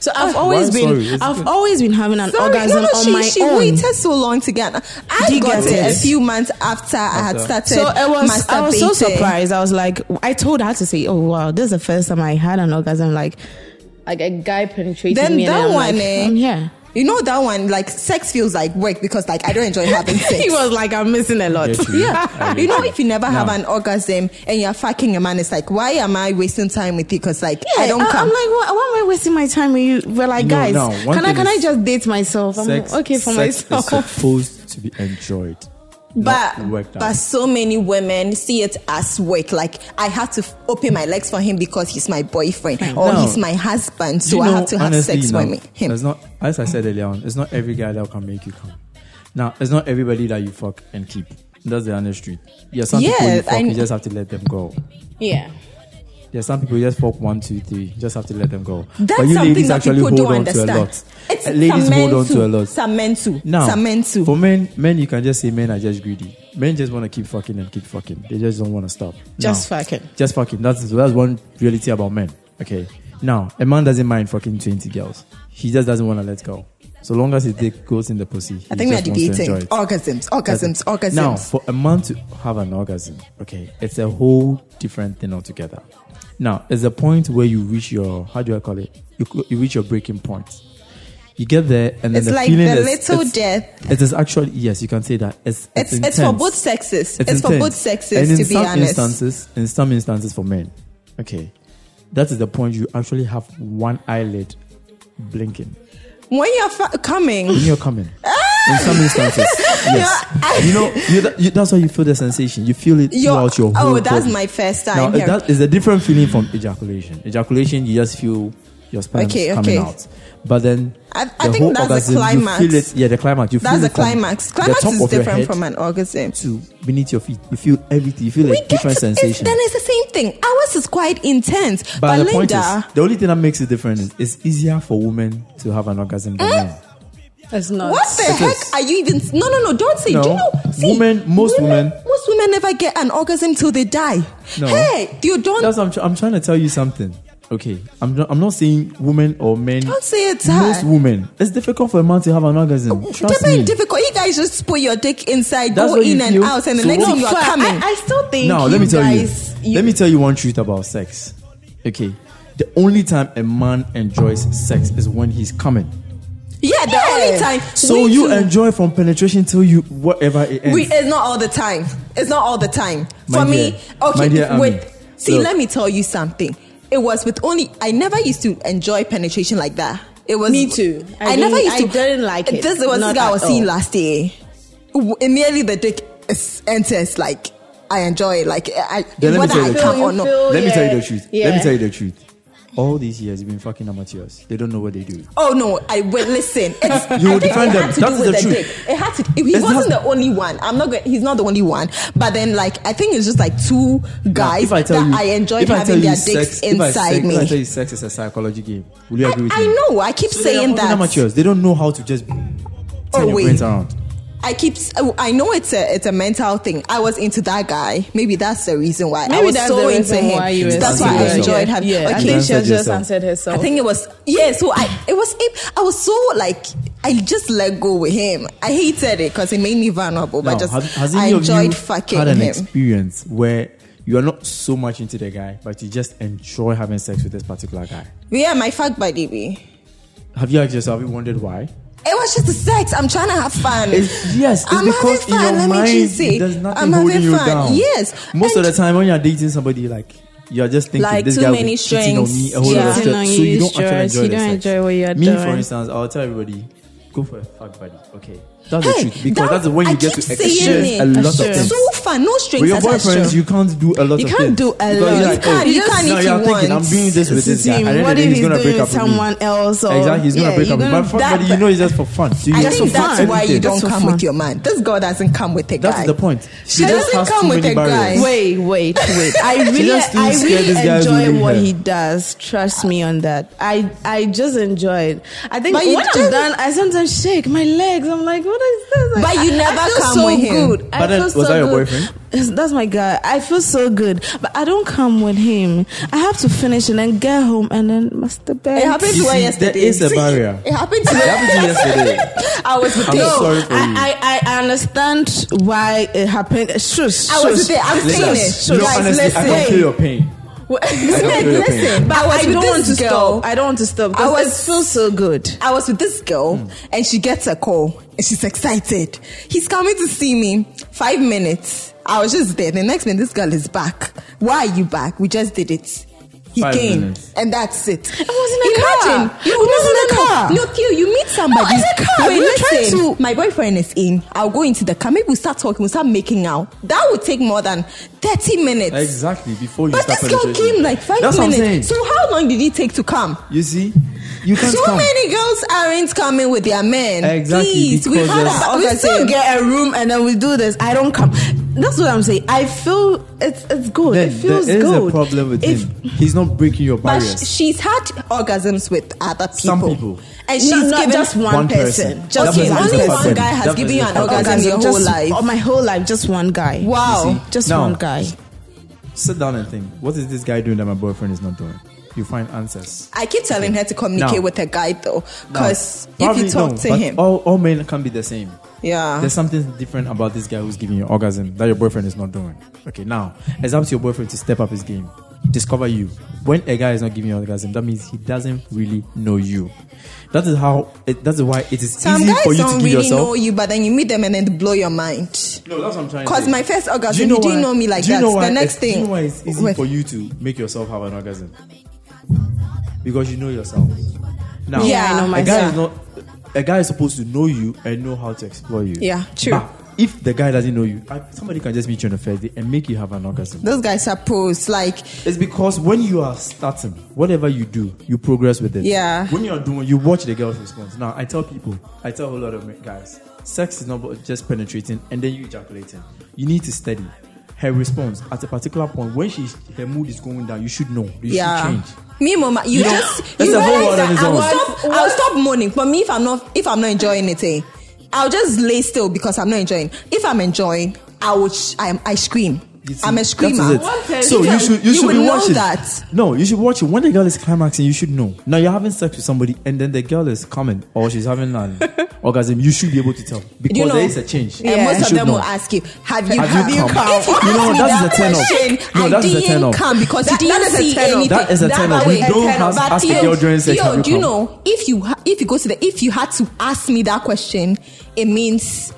[SPEAKER 2] So I've always
[SPEAKER 3] Why?
[SPEAKER 2] been,
[SPEAKER 3] Sorry, it's
[SPEAKER 2] I've
[SPEAKER 3] good.
[SPEAKER 2] always been having an
[SPEAKER 1] Sorry,
[SPEAKER 2] orgasm
[SPEAKER 1] no, no,
[SPEAKER 2] on
[SPEAKER 1] she,
[SPEAKER 2] my
[SPEAKER 1] she
[SPEAKER 2] own.
[SPEAKER 1] waited so long to get. I
[SPEAKER 2] Do you
[SPEAKER 1] got
[SPEAKER 2] get
[SPEAKER 1] it a
[SPEAKER 2] it?
[SPEAKER 1] few months after, I had
[SPEAKER 3] After.
[SPEAKER 1] started.
[SPEAKER 2] So I was, I was so
[SPEAKER 1] masturbating.
[SPEAKER 2] surprised. I was like, I told her to say, "Oh wow, this is the first time I had an orgasm." Like, like a guy penetrated
[SPEAKER 1] Then
[SPEAKER 2] me. and
[SPEAKER 1] that
[SPEAKER 2] I'm
[SPEAKER 1] one,
[SPEAKER 2] like,
[SPEAKER 1] eh?
[SPEAKER 2] I'm here.
[SPEAKER 1] You know that one, like sex feels like work because like I don't enjoy having
[SPEAKER 2] He
[SPEAKER 1] sex.
[SPEAKER 2] was like, "I'm missing a lot."
[SPEAKER 3] Yes, you- I
[SPEAKER 1] Yeah,
[SPEAKER 3] agree.
[SPEAKER 1] you know, if you never have
[SPEAKER 3] No.
[SPEAKER 1] an orgasm and you're fucking a man, it's like, why am I wasting time with you? Because like, I don't
[SPEAKER 2] am
[SPEAKER 1] come.
[SPEAKER 2] like, why, why am I wasting my time with you? We're like,
[SPEAKER 3] No,
[SPEAKER 2] guys,
[SPEAKER 3] no, one
[SPEAKER 2] can I
[SPEAKER 3] thing
[SPEAKER 2] can I
[SPEAKER 3] is
[SPEAKER 2] just date myself? I'm
[SPEAKER 3] sex,
[SPEAKER 2] like, okay for
[SPEAKER 3] sex is
[SPEAKER 2] myself.
[SPEAKER 3] supposed to be enjoyed, not
[SPEAKER 1] but
[SPEAKER 3] worked
[SPEAKER 1] but
[SPEAKER 3] out.
[SPEAKER 1] so many women see it as work. Like I had to f- open my legs for him because he's my boyfriend or
[SPEAKER 3] No.
[SPEAKER 1] he's my husband, so
[SPEAKER 3] You
[SPEAKER 1] I
[SPEAKER 3] know,
[SPEAKER 1] have to have
[SPEAKER 3] honestly,
[SPEAKER 1] sex
[SPEAKER 3] you know,
[SPEAKER 1] with me, him.
[SPEAKER 3] It's not, as I said earlier on, it's not every guy that can make you come. Now, it's not everybody that you fuck and keep. That's the honest truth. Yeah, some people
[SPEAKER 1] Yeah,
[SPEAKER 3] you fuck,
[SPEAKER 1] I-
[SPEAKER 3] you just have to let them go.
[SPEAKER 2] yeah.
[SPEAKER 3] There's some people you just fuck one, two, three. You just have to let them go.
[SPEAKER 1] That's
[SPEAKER 3] but you
[SPEAKER 1] something
[SPEAKER 3] ladies
[SPEAKER 1] that
[SPEAKER 3] actually
[SPEAKER 1] people
[SPEAKER 3] hold
[SPEAKER 1] don't
[SPEAKER 3] on
[SPEAKER 1] understand.
[SPEAKER 3] to a lot.
[SPEAKER 1] It's
[SPEAKER 3] Uh, ladies hold on to a lot.
[SPEAKER 1] Some men too.
[SPEAKER 3] Now,
[SPEAKER 1] Some men too.
[SPEAKER 3] for men, men, you can just say men are just greedy. Men just want to keep fucking and keep fucking. They just don't want to stop.
[SPEAKER 2] Just
[SPEAKER 3] Now,
[SPEAKER 2] fucking.
[SPEAKER 3] Just fucking. That's that's one reality about men. Okay. Now, a man doesn't mind fucking twenty girls. He just doesn't want to let go. So long as his dick goes in the pussy, he
[SPEAKER 1] I think we are
[SPEAKER 3] just wants to
[SPEAKER 1] debating
[SPEAKER 3] enjoy it.
[SPEAKER 1] orgasms, orgasms, orgasms.
[SPEAKER 3] Now, for a man to have an orgasm, okay, it's a whole different thing altogether. Now, there's a point where you reach your how do I call it? You, co- you reach your breaking point. You get there, and then
[SPEAKER 1] It's
[SPEAKER 3] the
[SPEAKER 1] like
[SPEAKER 3] feeling
[SPEAKER 1] the
[SPEAKER 3] is,
[SPEAKER 1] little
[SPEAKER 3] it's-
[SPEAKER 1] death.
[SPEAKER 3] It is actually yes, you can say that. It's
[SPEAKER 1] it's
[SPEAKER 3] it's,
[SPEAKER 1] it's for
[SPEAKER 3] intense.
[SPEAKER 1] both sexes. It's,
[SPEAKER 3] It's,
[SPEAKER 1] for
[SPEAKER 3] intense.
[SPEAKER 1] both
[SPEAKER 3] and
[SPEAKER 1] sexes
[SPEAKER 3] in
[SPEAKER 1] to be
[SPEAKER 3] some
[SPEAKER 1] honest.
[SPEAKER 3] instances, in some instances for men, okay, that is the point you actually have one eyelid blinking
[SPEAKER 1] When you're fa- coming,
[SPEAKER 3] when you're coming. In some instances, yes, you know, you, that- you, that's why you feel the sensation. You feel it
[SPEAKER 1] you're
[SPEAKER 3] throughout your whole
[SPEAKER 1] oh, that's
[SPEAKER 3] body.
[SPEAKER 1] my first
[SPEAKER 3] Now, uh,
[SPEAKER 1] time. here.
[SPEAKER 3] that is a different feeling from ejaculation. Ejaculation, you just feel your sperm
[SPEAKER 1] Okay, okay.
[SPEAKER 3] coming out. But then,
[SPEAKER 1] I- I
[SPEAKER 3] the
[SPEAKER 1] think
[SPEAKER 3] whole
[SPEAKER 1] that's the
[SPEAKER 3] orgasm, you
[SPEAKER 1] climax.
[SPEAKER 3] feel it- yeah, the climax. You
[SPEAKER 1] That's
[SPEAKER 3] feel
[SPEAKER 1] the
[SPEAKER 3] it from
[SPEAKER 1] climax.
[SPEAKER 3] the
[SPEAKER 1] Climax
[SPEAKER 3] top
[SPEAKER 1] is
[SPEAKER 3] of your
[SPEAKER 1] different
[SPEAKER 3] head
[SPEAKER 1] from an orgasm.
[SPEAKER 3] to beneath your feet. You feel everything. You feel a
[SPEAKER 1] get
[SPEAKER 3] different
[SPEAKER 1] it. It's-
[SPEAKER 3] sensation.
[SPEAKER 1] Then it's the same thing. Ours is quite intense. But,
[SPEAKER 3] but the point is,
[SPEAKER 1] Linda,
[SPEAKER 3] the only thing that makes it different is it's easier for women to have an orgasm
[SPEAKER 1] Eh?
[SPEAKER 3] than men.
[SPEAKER 2] It's not.
[SPEAKER 1] what the
[SPEAKER 3] It
[SPEAKER 1] heck
[SPEAKER 3] is.
[SPEAKER 1] are you even? No, no, no. Don't say. Do you
[SPEAKER 3] No.
[SPEAKER 1] know? See,
[SPEAKER 3] Women- most women-
[SPEAKER 1] Most women never get an orgasm till they die.
[SPEAKER 3] No.
[SPEAKER 1] Hey, you don't.
[SPEAKER 3] That's I'm, tr- I'm trying to tell you something. Okay, I'm not, I'm not saying women or men.
[SPEAKER 1] Don't say it's
[SPEAKER 3] Most
[SPEAKER 1] hard.
[SPEAKER 3] women, it's difficult for a man to have an orgasm. Trust
[SPEAKER 1] Depending
[SPEAKER 3] me.
[SPEAKER 1] difficult. You guys just put your dick inside,
[SPEAKER 3] That's
[SPEAKER 1] go
[SPEAKER 3] what you
[SPEAKER 1] in and
[SPEAKER 3] feel.
[SPEAKER 1] out, and the
[SPEAKER 3] So
[SPEAKER 1] next
[SPEAKER 3] what-
[SPEAKER 1] thing you are
[SPEAKER 2] But
[SPEAKER 1] coming.
[SPEAKER 2] I, I still think
[SPEAKER 3] now
[SPEAKER 2] you
[SPEAKER 3] let me tell
[SPEAKER 2] guys,
[SPEAKER 3] you, let me tell you one truth about sex okay the only time a man enjoys sex is when he's coming
[SPEAKER 1] yeah, the only time.
[SPEAKER 3] so
[SPEAKER 1] we
[SPEAKER 3] you
[SPEAKER 1] two-
[SPEAKER 3] enjoy from penetration till you whatever it ends
[SPEAKER 1] We, it's not all the time. It's not all the time.
[SPEAKER 3] My
[SPEAKER 1] For me,
[SPEAKER 3] dear.
[SPEAKER 1] okay,
[SPEAKER 3] My dear Ami,
[SPEAKER 1] with see,
[SPEAKER 3] look.
[SPEAKER 1] let me tell you something. It was with only I never used to enjoy penetration like that. It was
[SPEAKER 2] Me too.
[SPEAKER 1] I,
[SPEAKER 2] I
[SPEAKER 1] never
[SPEAKER 2] didn't-
[SPEAKER 1] used
[SPEAKER 2] I
[SPEAKER 1] to.
[SPEAKER 2] didn't like it.
[SPEAKER 1] This was the
[SPEAKER 2] Not
[SPEAKER 1] guy I
[SPEAKER 2] at
[SPEAKER 1] was seeing
[SPEAKER 2] all.
[SPEAKER 1] last year. W- Immediately the dick is, enters. Like I enjoy. it. Like I,
[SPEAKER 3] Then let me
[SPEAKER 1] whether
[SPEAKER 3] tell
[SPEAKER 1] I
[SPEAKER 3] you the
[SPEAKER 1] come
[SPEAKER 2] truth.
[SPEAKER 1] or not.
[SPEAKER 2] Feel-
[SPEAKER 3] let me
[SPEAKER 2] yeah.
[SPEAKER 3] tell you the truth let
[SPEAKER 2] Yeah.
[SPEAKER 3] me tell you the truth all these years you've been fucking amateurs they don't know what they do
[SPEAKER 1] Oh no! I wait. Listen, it's,
[SPEAKER 3] You
[SPEAKER 1] I
[SPEAKER 3] will
[SPEAKER 1] think
[SPEAKER 3] defend
[SPEAKER 1] it
[SPEAKER 3] them.
[SPEAKER 1] had to
[SPEAKER 3] That
[SPEAKER 1] do
[SPEAKER 3] is
[SPEAKER 1] with
[SPEAKER 3] the
[SPEAKER 1] the
[SPEAKER 3] truth.
[SPEAKER 1] dick. It had to. He
[SPEAKER 3] It's
[SPEAKER 1] wasn't
[SPEAKER 3] not-
[SPEAKER 1] the only one. I'm not. Going, he's not the only one. But then, like, I think it's just like two
[SPEAKER 3] Now,
[SPEAKER 1] guys that I enjoyed
[SPEAKER 3] if I tell
[SPEAKER 1] having
[SPEAKER 3] you
[SPEAKER 1] their dicks
[SPEAKER 3] sex- if I
[SPEAKER 1] inside
[SPEAKER 3] say-
[SPEAKER 1] me.
[SPEAKER 3] if I tell you sex is a psychology game will you
[SPEAKER 1] I,
[SPEAKER 3] agree with me
[SPEAKER 1] I know. I keep
[SPEAKER 3] So they are
[SPEAKER 1] saying
[SPEAKER 3] fucking
[SPEAKER 1] that.
[SPEAKER 3] amateurs they don't know how to just turn your
[SPEAKER 1] wait.
[SPEAKER 3] brains around
[SPEAKER 1] I keep. s- I know it's a it's a mental thing. I was into that guy. Maybe that's the reason why. I
[SPEAKER 2] Maybe
[SPEAKER 1] was
[SPEAKER 2] that's
[SPEAKER 1] so
[SPEAKER 2] the
[SPEAKER 1] into
[SPEAKER 2] reason
[SPEAKER 1] him.
[SPEAKER 2] why you were
[SPEAKER 1] that's
[SPEAKER 3] so
[SPEAKER 1] why I
[SPEAKER 3] into
[SPEAKER 1] enjoyed
[SPEAKER 3] him.
[SPEAKER 1] having.
[SPEAKER 2] Yeah, I
[SPEAKER 1] okay.
[SPEAKER 2] think
[SPEAKER 3] Answered
[SPEAKER 2] she has just
[SPEAKER 3] yourself.
[SPEAKER 2] answered herself.
[SPEAKER 1] I think it was yeah. So I it was I was so like I just let go with him. I hated it because it made me vulnerable.
[SPEAKER 3] Now,
[SPEAKER 1] but just
[SPEAKER 3] has- has
[SPEAKER 1] I
[SPEAKER 3] any of you
[SPEAKER 1] enjoyed fucking
[SPEAKER 3] had an
[SPEAKER 1] him.
[SPEAKER 3] experience where you are not so much into the guy, but you just enjoy having sex with this particular guy.
[SPEAKER 1] yeah, my fuck buddy. We.
[SPEAKER 3] Have you asked yourself? You wondered why?
[SPEAKER 1] It was just the sex. I'm trying to have fun.
[SPEAKER 3] It's, yes, it's
[SPEAKER 1] I'm
[SPEAKER 3] because
[SPEAKER 1] having fun.
[SPEAKER 3] in your
[SPEAKER 1] Let me
[SPEAKER 3] mind
[SPEAKER 1] just say,
[SPEAKER 3] there's nothing
[SPEAKER 1] I'm
[SPEAKER 3] holding
[SPEAKER 1] having
[SPEAKER 3] you
[SPEAKER 1] fun.
[SPEAKER 3] down.
[SPEAKER 1] Yes,
[SPEAKER 3] most
[SPEAKER 1] and-
[SPEAKER 3] of the time when you're dating somebody, like you're just thinking
[SPEAKER 1] Like,
[SPEAKER 3] this
[SPEAKER 1] too
[SPEAKER 3] guy will
[SPEAKER 1] many
[SPEAKER 3] be cheating on me,
[SPEAKER 1] strings.
[SPEAKER 3] a whole lot
[SPEAKER 1] Yeah.
[SPEAKER 3] of
[SPEAKER 2] Cheating on
[SPEAKER 3] stuff. So you
[SPEAKER 2] you,
[SPEAKER 3] don't actually
[SPEAKER 2] stress.
[SPEAKER 3] enjoy
[SPEAKER 2] You
[SPEAKER 3] the
[SPEAKER 2] don't
[SPEAKER 3] sex.
[SPEAKER 2] enjoy what you're
[SPEAKER 3] me, for
[SPEAKER 2] doing.
[SPEAKER 3] instance, I'll tell everybody, go for a fuck buddy. Okay, that's
[SPEAKER 1] Hey,
[SPEAKER 3] the truth because
[SPEAKER 1] that-
[SPEAKER 3] that's when you
[SPEAKER 1] I keep
[SPEAKER 3] get to
[SPEAKER 1] saying
[SPEAKER 3] experience
[SPEAKER 1] it.
[SPEAKER 3] a lot of
[SPEAKER 2] Sure.
[SPEAKER 3] things.
[SPEAKER 1] so fun. No strings
[SPEAKER 3] With your
[SPEAKER 1] attached.
[SPEAKER 3] boyfriends, you can't do a lot
[SPEAKER 2] You
[SPEAKER 3] of
[SPEAKER 2] can't
[SPEAKER 3] things.
[SPEAKER 2] do a
[SPEAKER 3] Because
[SPEAKER 2] lot.
[SPEAKER 3] you're
[SPEAKER 2] You can't- you
[SPEAKER 3] oh,
[SPEAKER 1] can't
[SPEAKER 3] now
[SPEAKER 1] if
[SPEAKER 3] you're
[SPEAKER 1] you want.
[SPEAKER 3] thinking, I'm doing this with this guy.
[SPEAKER 2] Team,
[SPEAKER 3] And then
[SPEAKER 2] what
[SPEAKER 3] the
[SPEAKER 2] if
[SPEAKER 3] day
[SPEAKER 2] he's
[SPEAKER 3] gonna
[SPEAKER 2] doing
[SPEAKER 3] break
[SPEAKER 2] with
[SPEAKER 3] up with me.
[SPEAKER 2] someone else? Or,
[SPEAKER 3] Exactly, he's
[SPEAKER 2] Yeah,
[SPEAKER 3] gonna break
[SPEAKER 2] you're
[SPEAKER 3] up with me.
[SPEAKER 2] gonna-
[SPEAKER 3] But for
[SPEAKER 2] that-
[SPEAKER 3] everybody, you know it's just for fun. So you
[SPEAKER 1] I
[SPEAKER 3] just
[SPEAKER 1] think
[SPEAKER 3] for fun,
[SPEAKER 1] that's why you
[SPEAKER 3] everything.
[SPEAKER 1] don't
[SPEAKER 2] Just for
[SPEAKER 1] come
[SPEAKER 2] fun.
[SPEAKER 1] with your man. This girl doesn't come with a guy.
[SPEAKER 3] That's the point. She
[SPEAKER 1] She
[SPEAKER 3] just
[SPEAKER 1] doesn't
[SPEAKER 3] has
[SPEAKER 1] come
[SPEAKER 3] too
[SPEAKER 1] with
[SPEAKER 3] many
[SPEAKER 1] a guy.
[SPEAKER 3] barriers.
[SPEAKER 2] Wait, wait, wait. I really,
[SPEAKER 3] just too
[SPEAKER 2] I
[SPEAKER 3] scared
[SPEAKER 2] really
[SPEAKER 3] this guy is
[SPEAKER 2] enjoy
[SPEAKER 3] leaving
[SPEAKER 2] what
[SPEAKER 3] her.
[SPEAKER 2] he does. Trust me on that. I, I just enjoy it. I think
[SPEAKER 1] But you
[SPEAKER 2] when I'm
[SPEAKER 1] just-
[SPEAKER 2] done, I sometimes shake my legs. I'm like, what what is this? Like,
[SPEAKER 1] But you
[SPEAKER 2] I-
[SPEAKER 1] never
[SPEAKER 2] I feel
[SPEAKER 1] come
[SPEAKER 2] so
[SPEAKER 1] with him.
[SPEAKER 2] good. I
[SPEAKER 3] But then,
[SPEAKER 2] feel
[SPEAKER 3] was
[SPEAKER 2] so
[SPEAKER 3] that your
[SPEAKER 2] good.
[SPEAKER 3] boyfriend?
[SPEAKER 2] That's my guy. I feel so good, but I don't come with him. I have to finish and then get home and then masturbate.
[SPEAKER 1] It happened
[SPEAKER 3] You
[SPEAKER 1] to her
[SPEAKER 3] see,
[SPEAKER 1] yesterday.
[SPEAKER 3] there is a barrier.
[SPEAKER 1] It happened to
[SPEAKER 3] It
[SPEAKER 1] her.
[SPEAKER 3] happened to you yesterday.
[SPEAKER 2] I was
[SPEAKER 3] I'm
[SPEAKER 2] no,
[SPEAKER 3] sorry for you.
[SPEAKER 2] I, I, I understand why it happened. Shush,
[SPEAKER 1] I was
[SPEAKER 2] shush.
[SPEAKER 1] there. I'm saying it.
[SPEAKER 2] Shush, shush.
[SPEAKER 3] no,
[SPEAKER 1] Guys,
[SPEAKER 3] honestly, I can
[SPEAKER 1] listen.
[SPEAKER 3] feel your pain.
[SPEAKER 1] Smith,
[SPEAKER 3] feel your pain.
[SPEAKER 1] listen.
[SPEAKER 2] But
[SPEAKER 1] I
[SPEAKER 2] I,
[SPEAKER 1] was with
[SPEAKER 2] don't
[SPEAKER 1] this
[SPEAKER 2] want to
[SPEAKER 1] girl.
[SPEAKER 2] stop. I don't want to stop.
[SPEAKER 1] I
[SPEAKER 2] I
[SPEAKER 1] was-
[SPEAKER 2] was, it feels so good.
[SPEAKER 1] I was with this girl
[SPEAKER 3] Hmm.
[SPEAKER 1] and she gets a call and she's excited. He's coming to see me. Five minutes. I was just there. The next minute, this girl is back. Why are you back? We just did it. He
[SPEAKER 3] Five
[SPEAKER 1] came
[SPEAKER 3] minutes.
[SPEAKER 1] and that's it. I
[SPEAKER 2] was in a
[SPEAKER 1] Imagine,
[SPEAKER 2] car.
[SPEAKER 1] You,
[SPEAKER 2] I was in a
[SPEAKER 1] no, no,
[SPEAKER 2] car.
[SPEAKER 1] No, Theo, you meet somebody.
[SPEAKER 2] I was in a car.
[SPEAKER 1] Wait,
[SPEAKER 2] We were trying
[SPEAKER 1] listen.
[SPEAKER 2] to-
[SPEAKER 1] My boyfriend is in. I'll go into the car. Maybe we'll start talking. We'll start making out. That would take more than 30 minutes.
[SPEAKER 3] Exactly. Before you
[SPEAKER 1] But
[SPEAKER 3] start
[SPEAKER 1] this girl
[SPEAKER 3] penetration.
[SPEAKER 1] came like five
[SPEAKER 3] That's What I'm saying.
[SPEAKER 1] minutes. So how long did it take to come?
[SPEAKER 3] you see, you can't
[SPEAKER 1] Too
[SPEAKER 3] come.
[SPEAKER 1] many girls aren't coming with their men.
[SPEAKER 3] Exactly,
[SPEAKER 1] Please, we
[SPEAKER 3] because
[SPEAKER 1] had
[SPEAKER 3] there's-
[SPEAKER 1] our
[SPEAKER 2] we still
[SPEAKER 1] orgasm.
[SPEAKER 2] get a room and then we do this. I don't come. That's what I'm saying. I feel it's it's good.
[SPEAKER 3] There-
[SPEAKER 2] it feels
[SPEAKER 3] there is
[SPEAKER 2] good.
[SPEAKER 3] a problem with
[SPEAKER 2] If-
[SPEAKER 3] him. He's not breaking your
[SPEAKER 1] But
[SPEAKER 3] barriers.
[SPEAKER 1] sh- she's had orgasms with other people.
[SPEAKER 3] Some people.
[SPEAKER 1] And she's
[SPEAKER 2] No, not
[SPEAKER 1] given
[SPEAKER 2] just one
[SPEAKER 3] One person.
[SPEAKER 2] person.
[SPEAKER 3] person.
[SPEAKER 2] Just
[SPEAKER 1] okay,
[SPEAKER 3] That
[SPEAKER 2] one
[SPEAKER 3] person.
[SPEAKER 1] only
[SPEAKER 2] person.
[SPEAKER 1] one guy has
[SPEAKER 3] That
[SPEAKER 1] given you an
[SPEAKER 3] person.
[SPEAKER 1] orgasm your whole
[SPEAKER 2] just,
[SPEAKER 1] life.
[SPEAKER 2] oh, my whole life, just one guy.
[SPEAKER 1] Wow.
[SPEAKER 3] See?
[SPEAKER 2] Just
[SPEAKER 3] Now,
[SPEAKER 2] one guy.
[SPEAKER 3] Sit down and think. What is this guy doing that my boyfriend is not doing? You find answers.
[SPEAKER 1] I keep telling her to communicate
[SPEAKER 3] Now.
[SPEAKER 1] with a guy though, because if
[SPEAKER 3] Probably
[SPEAKER 1] you talk
[SPEAKER 3] no,
[SPEAKER 1] to
[SPEAKER 3] but
[SPEAKER 1] him,
[SPEAKER 3] all, all men can be the same.
[SPEAKER 1] yeah, Ah.
[SPEAKER 3] There's something different about this guy who's giving you orgasm that your boyfriend is not doing. Okay, now it's up to your boyfriend to step up his game. Discover you. When a guy is not giving you orgasm, that means he doesn't really know you. That is how. It, that's why it is
[SPEAKER 1] some
[SPEAKER 3] easy
[SPEAKER 1] guys
[SPEAKER 3] for you to
[SPEAKER 1] don't
[SPEAKER 3] give
[SPEAKER 1] really
[SPEAKER 3] yourself.
[SPEAKER 1] know you, but then you meet them and then they blow your mind.
[SPEAKER 3] No, that's what I'm trying to
[SPEAKER 1] Because
[SPEAKER 3] say.
[SPEAKER 1] my first orgasm,
[SPEAKER 3] Do
[SPEAKER 1] you, didn't
[SPEAKER 3] why-
[SPEAKER 1] know me like
[SPEAKER 3] do you
[SPEAKER 1] that.
[SPEAKER 3] know why
[SPEAKER 1] the next
[SPEAKER 3] it's-
[SPEAKER 1] thing,
[SPEAKER 3] Do you know why it's easy
[SPEAKER 1] With-
[SPEAKER 3] for you to make yourself have an orgasm? Because you know yourself. Now,
[SPEAKER 1] Yeah, I know
[SPEAKER 3] a guy
[SPEAKER 1] myself.
[SPEAKER 3] is not. A guy is supposed to know you and know how to explore you.
[SPEAKER 1] Yeah, true.
[SPEAKER 3] But if the guy doesn't know you, I- somebody can just meet you on the first day and make you have an orgasm.
[SPEAKER 1] those guys are pros. Like
[SPEAKER 3] It's because when you are starting, whatever you do, you progress with it.
[SPEAKER 1] Yeah.
[SPEAKER 3] When you're doing, you watch the girl's response. Now, I tell people, I tell a whole lot of men- guys, sex is not about just penetrating and then you ejaculating. You need to study her response at a particular point when she's her mood is going down. You should know. You
[SPEAKER 1] yeah.
[SPEAKER 3] should change.
[SPEAKER 1] Me, mama, you,
[SPEAKER 3] You know,
[SPEAKER 1] just
[SPEAKER 3] that's
[SPEAKER 1] you
[SPEAKER 3] a whole
[SPEAKER 1] realize
[SPEAKER 3] world on
[SPEAKER 1] that
[SPEAKER 3] its
[SPEAKER 1] I'll
[SPEAKER 3] own.
[SPEAKER 1] stop. I'll stop moaning. But me, if I'm not, if I'm not enjoying it, eh, I'll just lay still because I'm not enjoying. If I'm enjoying, I would. Sh- I, I scream.
[SPEAKER 3] You see,
[SPEAKER 1] I'm a
[SPEAKER 3] that is
[SPEAKER 1] screamer.
[SPEAKER 3] it. So you should you, should
[SPEAKER 1] would
[SPEAKER 3] be
[SPEAKER 1] know
[SPEAKER 3] watching
[SPEAKER 1] that.
[SPEAKER 3] No, you should watch it when the girl is climaxing. You should know. Now you're having sex with somebody, and then the girl is coming or she's having an orgasm. You should be able to tell because
[SPEAKER 1] You know,
[SPEAKER 3] there is a change.
[SPEAKER 1] And
[SPEAKER 2] Yeah.
[SPEAKER 3] You
[SPEAKER 1] most
[SPEAKER 3] should
[SPEAKER 1] of them
[SPEAKER 3] know.
[SPEAKER 1] will ask you, "Have you,
[SPEAKER 3] Have you come?
[SPEAKER 1] If you, ask
[SPEAKER 3] You know,
[SPEAKER 1] me
[SPEAKER 3] that is
[SPEAKER 1] that
[SPEAKER 3] a turn off.
[SPEAKER 1] question,
[SPEAKER 3] No,
[SPEAKER 1] I
[SPEAKER 3] that is a turn
[SPEAKER 1] didn't
[SPEAKER 3] off.
[SPEAKER 1] come because
[SPEAKER 2] That-
[SPEAKER 1] you
[SPEAKER 2] that
[SPEAKER 1] didn't
[SPEAKER 2] is a
[SPEAKER 1] see
[SPEAKER 2] turn off.
[SPEAKER 1] anything.
[SPEAKER 3] That is a
[SPEAKER 1] That-
[SPEAKER 3] turn
[SPEAKER 1] but
[SPEAKER 3] off. We
[SPEAKER 1] wait,
[SPEAKER 3] don't
[SPEAKER 1] a turn
[SPEAKER 3] have
[SPEAKER 1] off.
[SPEAKER 3] to
[SPEAKER 1] But
[SPEAKER 3] ask the
[SPEAKER 1] Theo,
[SPEAKER 3] girl during sex,
[SPEAKER 1] Theo,
[SPEAKER 3] have you
[SPEAKER 1] do you
[SPEAKER 3] come?
[SPEAKER 1] know if you ha- if you go to the if you had to ask me that question, it means.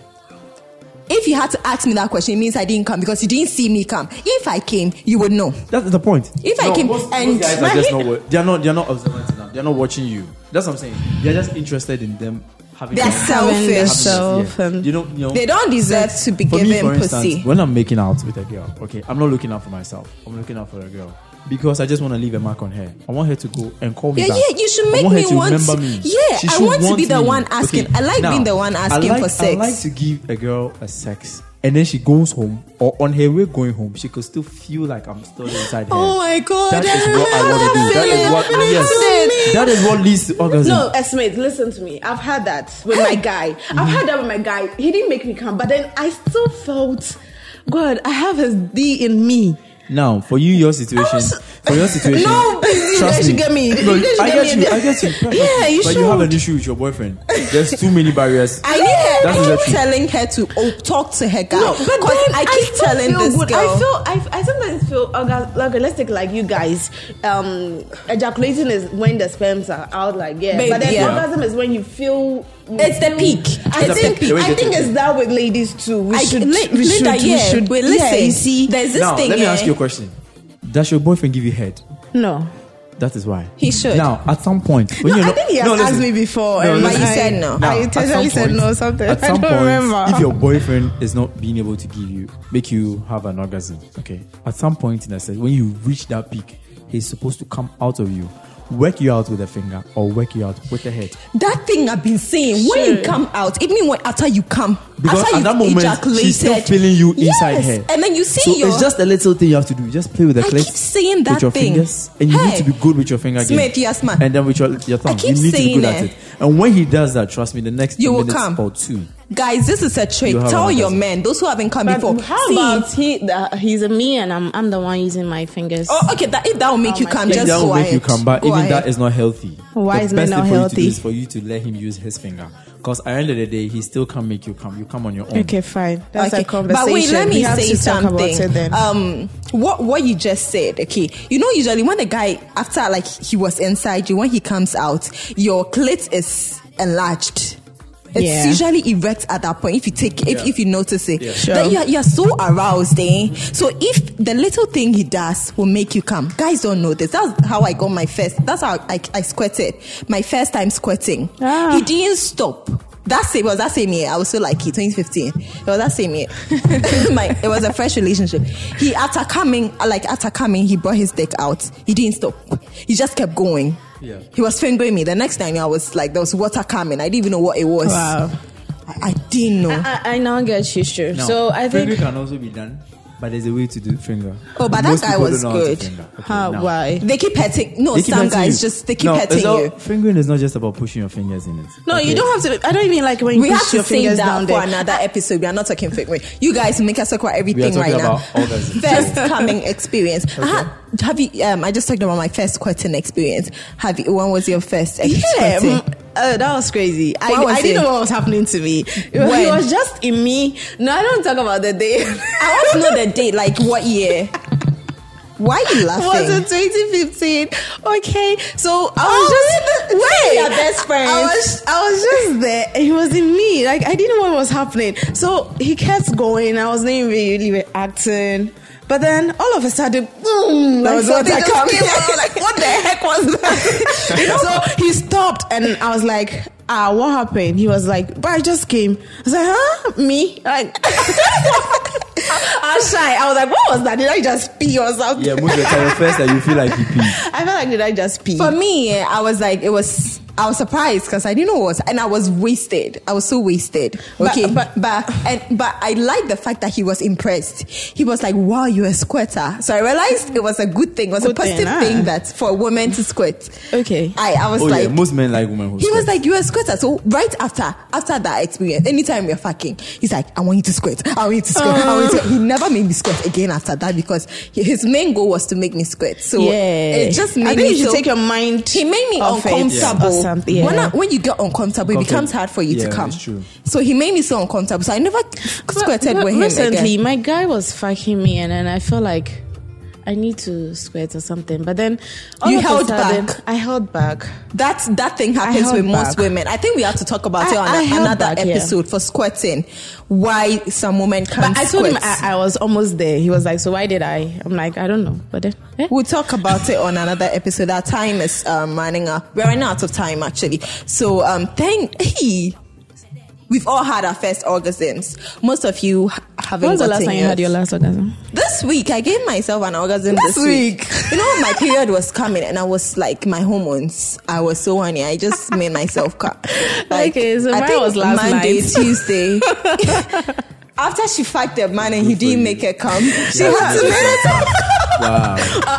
[SPEAKER 1] If you had to ask me that question, it means I didn't come because you didn't see me come. If I came, you would know.
[SPEAKER 3] That's the point.
[SPEAKER 1] If I came and
[SPEAKER 3] guys are just not wa- they're not they're not observant enough. They're not watching you. That's what I'm saying. They're just interested in them having.
[SPEAKER 1] They're
[SPEAKER 3] their-
[SPEAKER 1] selfish.
[SPEAKER 2] Having
[SPEAKER 3] having
[SPEAKER 2] yourself
[SPEAKER 3] their-
[SPEAKER 2] and-
[SPEAKER 3] you don't you know.
[SPEAKER 1] they don't deserve to be
[SPEAKER 3] for me,
[SPEAKER 1] given
[SPEAKER 3] for instance,
[SPEAKER 1] pussy.
[SPEAKER 3] when I'm making out with a girl, okay, I'm not looking out for myself. I'm looking out for a girl because I just want to leave a mark on her. I want her to go and call me.
[SPEAKER 1] Yeah,
[SPEAKER 3] back.
[SPEAKER 1] yeah, you should
[SPEAKER 3] I
[SPEAKER 1] make
[SPEAKER 3] want her
[SPEAKER 1] me
[SPEAKER 3] to
[SPEAKER 1] want-
[SPEAKER 3] remember me.
[SPEAKER 1] yeah,
[SPEAKER 3] She
[SPEAKER 1] I
[SPEAKER 3] should
[SPEAKER 1] want to be the one asking. I like
[SPEAKER 3] now,
[SPEAKER 1] being the one
[SPEAKER 3] I
[SPEAKER 1] asking
[SPEAKER 3] like-
[SPEAKER 1] for
[SPEAKER 3] I
[SPEAKER 1] sex.
[SPEAKER 3] like to give a girl a sex, and then she goes home or on her way going home, she could still feel like I'm still inside her.
[SPEAKER 1] oh my god!
[SPEAKER 3] That is what I
[SPEAKER 1] remember
[SPEAKER 3] want to do. That
[SPEAKER 1] feeling
[SPEAKER 3] is what
[SPEAKER 1] happening to me.
[SPEAKER 3] yes. That is what leads to orgasm.
[SPEAKER 2] No, Esmate, listen to me. I've had that with my guy. I've had that with my guy. He didn't make me come, but then I still felt, God, I have his D in me.
[SPEAKER 3] Now, for you, your situation,
[SPEAKER 2] was-
[SPEAKER 3] for your situation,
[SPEAKER 2] Oh, No, you
[SPEAKER 3] trust
[SPEAKER 2] guys should get me. You
[SPEAKER 3] No,
[SPEAKER 2] guys should
[SPEAKER 3] I
[SPEAKER 2] get
[SPEAKER 3] get
[SPEAKER 2] me.
[SPEAKER 3] you. I get you. perfectly.
[SPEAKER 2] Yeah, you
[SPEAKER 3] But you have
[SPEAKER 2] should.
[SPEAKER 3] an issue with your boyfriend. There's too many barriers.
[SPEAKER 1] I need
[SPEAKER 3] That's
[SPEAKER 1] her. I keep
[SPEAKER 3] exactly-
[SPEAKER 1] telling her to oh, talk to her guy.
[SPEAKER 2] No, but then
[SPEAKER 1] 'Cause I
[SPEAKER 2] I
[SPEAKER 1] keep
[SPEAKER 2] still
[SPEAKER 1] telling
[SPEAKER 2] feel
[SPEAKER 1] this
[SPEAKER 2] good.
[SPEAKER 1] girl.
[SPEAKER 2] I feel I, I sometimes feel orga- like let's take like you guys. Um, ejaculating is when the sperms are out, like yeah.
[SPEAKER 1] Baby,
[SPEAKER 2] but then
[SPEAKER 1] yeah.
[SPEAKER 2] orgasm is when you feel. you
[SPEAKER 1] It's the
[SPEAKER 2] feel-
[SPEAKER 1] peak.
[SPEAKER 2] I
[SPEAKER 1] It's the
[SPEAKER 2] think
[SPEAKER 1] peak.
[SPEAKER 2] I think it's that with ladies too. We
[SPEAKER 1] I
[SPEAKER 2] should.
[SPEAKER 1] li-
[SPEAKER 2] we should.
[SPEAKER 1] Linda,
[SPEAKER 2] we
[SPEAKER 1] yeah,
[SPEAKER 2] should.
[SPEAKER 1] wait,
[SPEAKER 2] yeah,
[SPEAKER 1] listen.
[SPEAKER 2] you see.
[SPEAKER 1] there's this
[SPEAKER 3] now,
[SPEAKER 1] thing.
[SPEAKER 3] let me ask
[SPEAKER 1] eh?
[SPEAKER 3] you a question. Does your boyfriend give you head?
[SPEAKER 2] no.
[SPEAKER 3] That is why
[SPEAKER 1] He should.
[SPEAKER 3] Now, at some point, when
[SPEAKER 2] I
[SPEAKER 3] you're
[SPEAKER 2] think he has asked me before, and
[SPEAKER 1] but
[SPEAKER 3] listen.
[SPEAKER 1] you said no.
[SPEAKER 3] Now,
[SPEAKER 2] I
[SPEAKER 3] at some
[SPEAKER 2] intentionally said
[SPEAKER 3] point-
[SPEAKER 2] no something.
[SPEAKER 3] At
[SPEAKER 2] I
[SPEAKER 3] some
[SPEAKER 2] don't
[SPEAKER 3] point,
[SPEAKER 2] remember.
[SPEAKER 3] If your boyfriend is not being able to give you, make you have an orgasm, okay. At some point in the sex, when you reach that peak, he's supposed to come out of you, work you out with a finger, or work you out with a head.
[SPEAKER 1] That thing I've been saying. When you
[SPEAKER 2] Sure.
[SPEAKER 1] come out, even when after you come,
[SPEAKER 3] Because
[SPEAKER 1] after
[SPEAKER 3] at
[SPEAKER 1] you
[SPEAKER 3] that moment,
[SPEAKER 1] ejaculated,
[SPEAKER 3] she's still feeling you inside
[SPEAKER 1] yes,
[SPEAKER 3] her.
[SPEAKER 1] and then you see
[SPEAKER 3] So
[SPEAKER 1] your
[SPEAKER 3] it's just a little thing you have to do. Just play with the
[SPEAKER 1] I
[SPEAKER 3] clit,
[SPEAKER 1] keep saying that
[SPEAKER 3] with your
[SPEAKER 1] thing.
[SPEAKER 3] fingers, and you need
[SPEAKER 1] Hey.
[SPEAKER 3] to be good with your finger game.
[SPEAKER 1] Smith, yes, man.
[SPEAKER 3] And then with your, your thumb,
[SPEAKER 1] keep
[SPEAKER 3] you need to be
[SPEAKER 1] saying
[SPEAKER 3] good at
[SPEAKER 1] it.
[SPEAKER 3] it. And when he does that, trust me, the next
[SPEAKER 1] You
[SPEAKER 3] two
[SPEAKER 1] will
[SPEAKER 3] minutes
[SPEAKER 1] come.
[SPEAKER 3] or two,
[SPEAKER 1] Guys, this is a trick.
[SPEAKER 3] You have
[SPEAKER 1] Tell
[SPEAKER 3] another
[SPEAKER 1] your
[SPEAKER 3] person.
[SPEAKER 1] men, those who haven't come
[SPEAKER 4] But
[SPEAKER 1] before.
[SPEAKER 4] how
[SPEAKER 1] See,
[SPEAKER 4] about he? The, he's a me, and I'm I'm the one using my fingers.
[SPEAKER 1] oh, okay, that, if that will make you
[SPEAKER 4] my
[SPEAKER 1] come,
[SPEAKER 4] God.
[SPEAKER 1] just
[SPEAKER 3] that
[SPEAKER 1] go
[SPEAKER 3] will make you
[SPEAKER 1] ahead.
[SPEAKER 3] come back.
[SPEAKER 1] Go
[SPEAKER 3] Even
[SPEAKER 1] ahead.
[SPEAKER 3] that is not healthy.
[SPEAKER 2] Why
[SPEAKER 3] the
[SPEAKER 2] is it
[SPEAKER 3] best
[SPEAKER 2] not
[SPEAKER 3] thing for you to
[SPEAKER 2] healthy?
[SPEAKER 3] do is for you to let him use his finger. Because at the end of the day, he still can't make you come. You come on your own.
[SPEAKER 2] Okay, fine. That's
[SPEAKER 1] Okay,
[SPEAKER 2] a conversation.
[SPEAKER 1] But wait, let
[SPEAKER 2] We
[SPEAKER 1] me
[SPEAKER 2] have
[SPEAKER 1] say
[SPEAKER 2] to talk about
[SPEAKER 1] something.
[SPEAKER 2] it then.
[SPEAKER 1] Um, what what you just said, okay? You know, usually when the guy after like he was inside you, when he comes out, your clit is enlarged. It's
[SPEAKER 2] Yeah.
[SPEAKER 1] usually erect at that point. If you take, if,
[SPEAKER 3] Yeah.
[SPEAKER 1] if you notice it,
[SPEAKER 3] Yeah.
[SPEAKER 2] Sure.
[SPEAKER 1] then you're, you're so aroused, eh? So if the little thing he does will make you come, guys don't know this. That's how I got my first. That's how I, I squirted my first time squirting.
[SPEAKER 2] Ah.
[SPEAKER 1] He didn't stop. That same was that same year. I was still like he 2015. It was that same year. my, it was a fresh relationship. He after coming, like after coming, he brought his dick out. He didn't stop. He just kept going.
[SPEAKER 3] Yeah.
[SPEAKER 1] He was fingering me. The next time I was like, there was water coming. I didn't even know what it was.
[SPEAKER 2] Wow.
[SPEAKER 1] I, I didn't know.
[SPEAKER 4] I, I now get you sure.
[SPEAKER 3] Now,
[SPEAKER 4] so I
[SPEAKER 3] finger
[SPEAKER 4] think
[SPEAKER 3] can also be done, but there's a way to do finger.
[SPEAKER 1] Oh, but that
[SPEAKER 3] Most
[SPEAKER 1] guy
[SPEAKER 3] people
[SPEAKER 1] was
[SPEAKER 3] don't know how to
[SPEAKER 1] good.
[SPEAKER 3] finger. Okay,
[SPEAKER 2] How?
[SPEAKER 3] now.
[SPEAKER 2] Why?
[SPEAKER 1] They keep petting. No,
[SPEAKER 3] They keep
[SPEAKER 1] some
[SPEAKER 3] petting
[SPEAKER 1] guys
[SPEAKER 3] you.
[SPEAKER 1] just they keep
[SPEAKER 3] No, it's
[SPEAKER 1] petting
[SPEAKER 3] not-
[SPEAKER 1] you.
[SPEAKER 3] Fingering is not just about pushing your fingers in it.
[SPEAKER 2] No, you
[SPEAKER 3] Okay.
[SPEAKER 2] don't have to. I don't even like when you
[SPEAKER 1] We
[SPEAKER 2] push
[SPEAKER 1] have
[SPEAKER 2] your
[SPEAKER 1] to save
[SPEAKER 2] fingers
[SPEAKER 1] that
[SPEAKER 2] down
[SPEAKER 1] for
[SPEAKER 2] there.
[SPEAKER 1] another episode. We are not talking fake wait. You guys make us talk about everything
[SPEAKER 3] talking
[SPEAKER 1] right
[SPEAKER 3] about
[SPEAKER 1] now.
[SPEAKER 3] orgasm.
[SPEAKER 1] First coming experience. Uh-huh. Have you? Um, I just talked about my first quitting experience. Have you? When was your first? ex-
[SPEAKER 2] Yeah,
[SPEAKER 1] quitting?
[SPEAKER 2] mm, uh, that was crazy. I,
[SPEAKER 1] What was
[SPEAKER 2] I didn't
[SPEAKER 1] it?
[SPEAKER 2] know what was happening to me. It was,
[SPEAKER 1] When?
[SPEAKER 2] it was just in me. No, I don't talk about the day.
[SPEAKER 1] I want to know the date. Like what year? Why are you laughing?
[SPEAKER 2] was in 2015. Okay, so I was
[SPEAKER 1] Oh,
[SPEAKER 2] just wait.
[SPEAKER 1] Your best friends.
[SPEAKER 2] I was, I was just there. and He was in me. Like I didn't know what was happening. So he kept going. I was not even really reacting. But then all of a sudden, boom!
[SPEAKER 1] That was what
[SPEAKER 2] something
[SPEAKER 1] I
[SPEAKER 2] just
[SPEAKER 1] come-
[SPEAKER 2] came out. Like what the heck was that? You know, so he stopped, and I was like. Ah, what happened? He was like, but I just came. I was like, huh? Me? Like, I was shy. I was like, what was that? Did I just pee or something?
[SPEAKER 3] Yeah, most of the time, first that you feel like you pee.
[SPEAKER 2] I felt like did I just pee?
[SPEAKER 1] For me, eh, I was like, it was. I was surprised because I didn't know what, was, and I was wasted. I was so wasted.
[SPEAKER 2] But-
[SPEAKER 1] Okay, but
[SPEAKER 2] but-
[SPEAKER 1] but and, but I like the fact that he was impressed. He was like, "Wow, you're a squirter." So I realized it was a good thing. It was a
[SPEAKER 2] Good thing,
[SPEAKER 1] positive
[SPEAKER 2] ah.
[SPEAKER 1] thing that for a woman to squirt.
[SPEAKER 2] Okay.
[SPEAKER 1] I I was
[SPEAKER 3] Oh
[SPEAKER 1] like,
[SPEAKER 3] yeah, most men like women who.
[SPEAKER 1] he was
[SPEAKER 3] squirt.
[SPEAKER 1] like, "You're a squirter." So right after after that experience, anytime we're fucking, he's like, "I want you to squirt. I want you to squirt. I
[SPEAKER 2] Oh.
[SPEAKER 1] want you to." He never made me squirt again after that because he- his main goal was to make me squirt. So it just made me
[SPEAKER 2] I think you should
[SPEAKER 1] so-
[SPEAKER 2] take your mind.
[SPEAKER 1] he made me
[SPEAKER 2] off it
[SPEAKER 1] uncomfortable.
[SPEAKER 2] or something. Yeah.
[SPEAKER 1] When I, when you get uncomfortable, it
[SPEAKER 3] Comfort-
[SPEAKER 1] becomes hard for you to
[SPEAKER 3] Yeah,
[SPEAKER 1] come.
[SPEAKER 3] it's true.
[SPEAKER 1] So he made me so uncomfortable. So I never squirted
[SPEAKER 4] But
[SPEAKER 1] with him
[SPEAKER 4] recently,
[SPEAKER 1] again.
[SPEAKER 4] my guy was fucking me, and then I felt like I need to squirt or something. But then all
[SPEAKER 1] You
[SPEAKER 4] of a
[SPEAKER 1] held
[SPEAKER 4] sudden,
[SPEAKER 1] back.
[SPEAKER 4] I held back.
[SPEAKER 1] That that thing happens
[SPEAKER 2] held
[SPEAKER 1] with most
[SPEAKER 2] back.
[SPEAKER 1] women. I think we have to talk about
[SPEAKER 4] I- I
[SPEAKER 1] it on a-
[SPEAKER 4] held
[SPEAKER 1] another
[SPEAKER 4] back, yeah.
[SPEAKER 1] episode for squirting. Why some women can't
[SPEAKER 2] But I told him
[SPEAKER 1] squirt.
[SPEAKER 2] I, I was almost there. He was like, "So why did I?" I'm like, "I don't know." But then, eh?
[SPEAKER 1] We'll talk about it on another episode. Our time is um, running up. We're running out of time actually. So um, thank hey, we've all had our first orgasms. Most of you ha- haven't.
[SPEAKER 4] When was the last
[SPEAKER 1] gotten
[SPEAKER 4] time you
[SPEAKER 1] yours.
[SPEAKER 4] had your last orgasm?
[SPEAKER 1] This week, I gave myself an orgasm
[SPEAKER 2] This
[SPEAKER 1] this, week. you know, my period was coming and I was like, my hormones, I was so horny. I just made myself come.
[SPEAKER 4] Okay, so
[SPEAKER 1] I
[SPEAKER 4] mine
[SPEAKER 1] think
[SPEAKER 4] was last
[SPEAKER 1] Monday,
[SPEAKER 4] night.
[SPEAKER 1] Tuesday. After she fucked the man and he
[SPEAKER 3] Good for
[SPEAKER 1] didn't
[SPEAKER 3] you.
[SPEAKER 1] make her come, she
[SPEAKER 3] Yeah,
[SPEAKER 1] had to
[SPEAKER 3] yeah.
[SPEAKER 1] make it come. Uh,
[SPEAKER 3] Wow.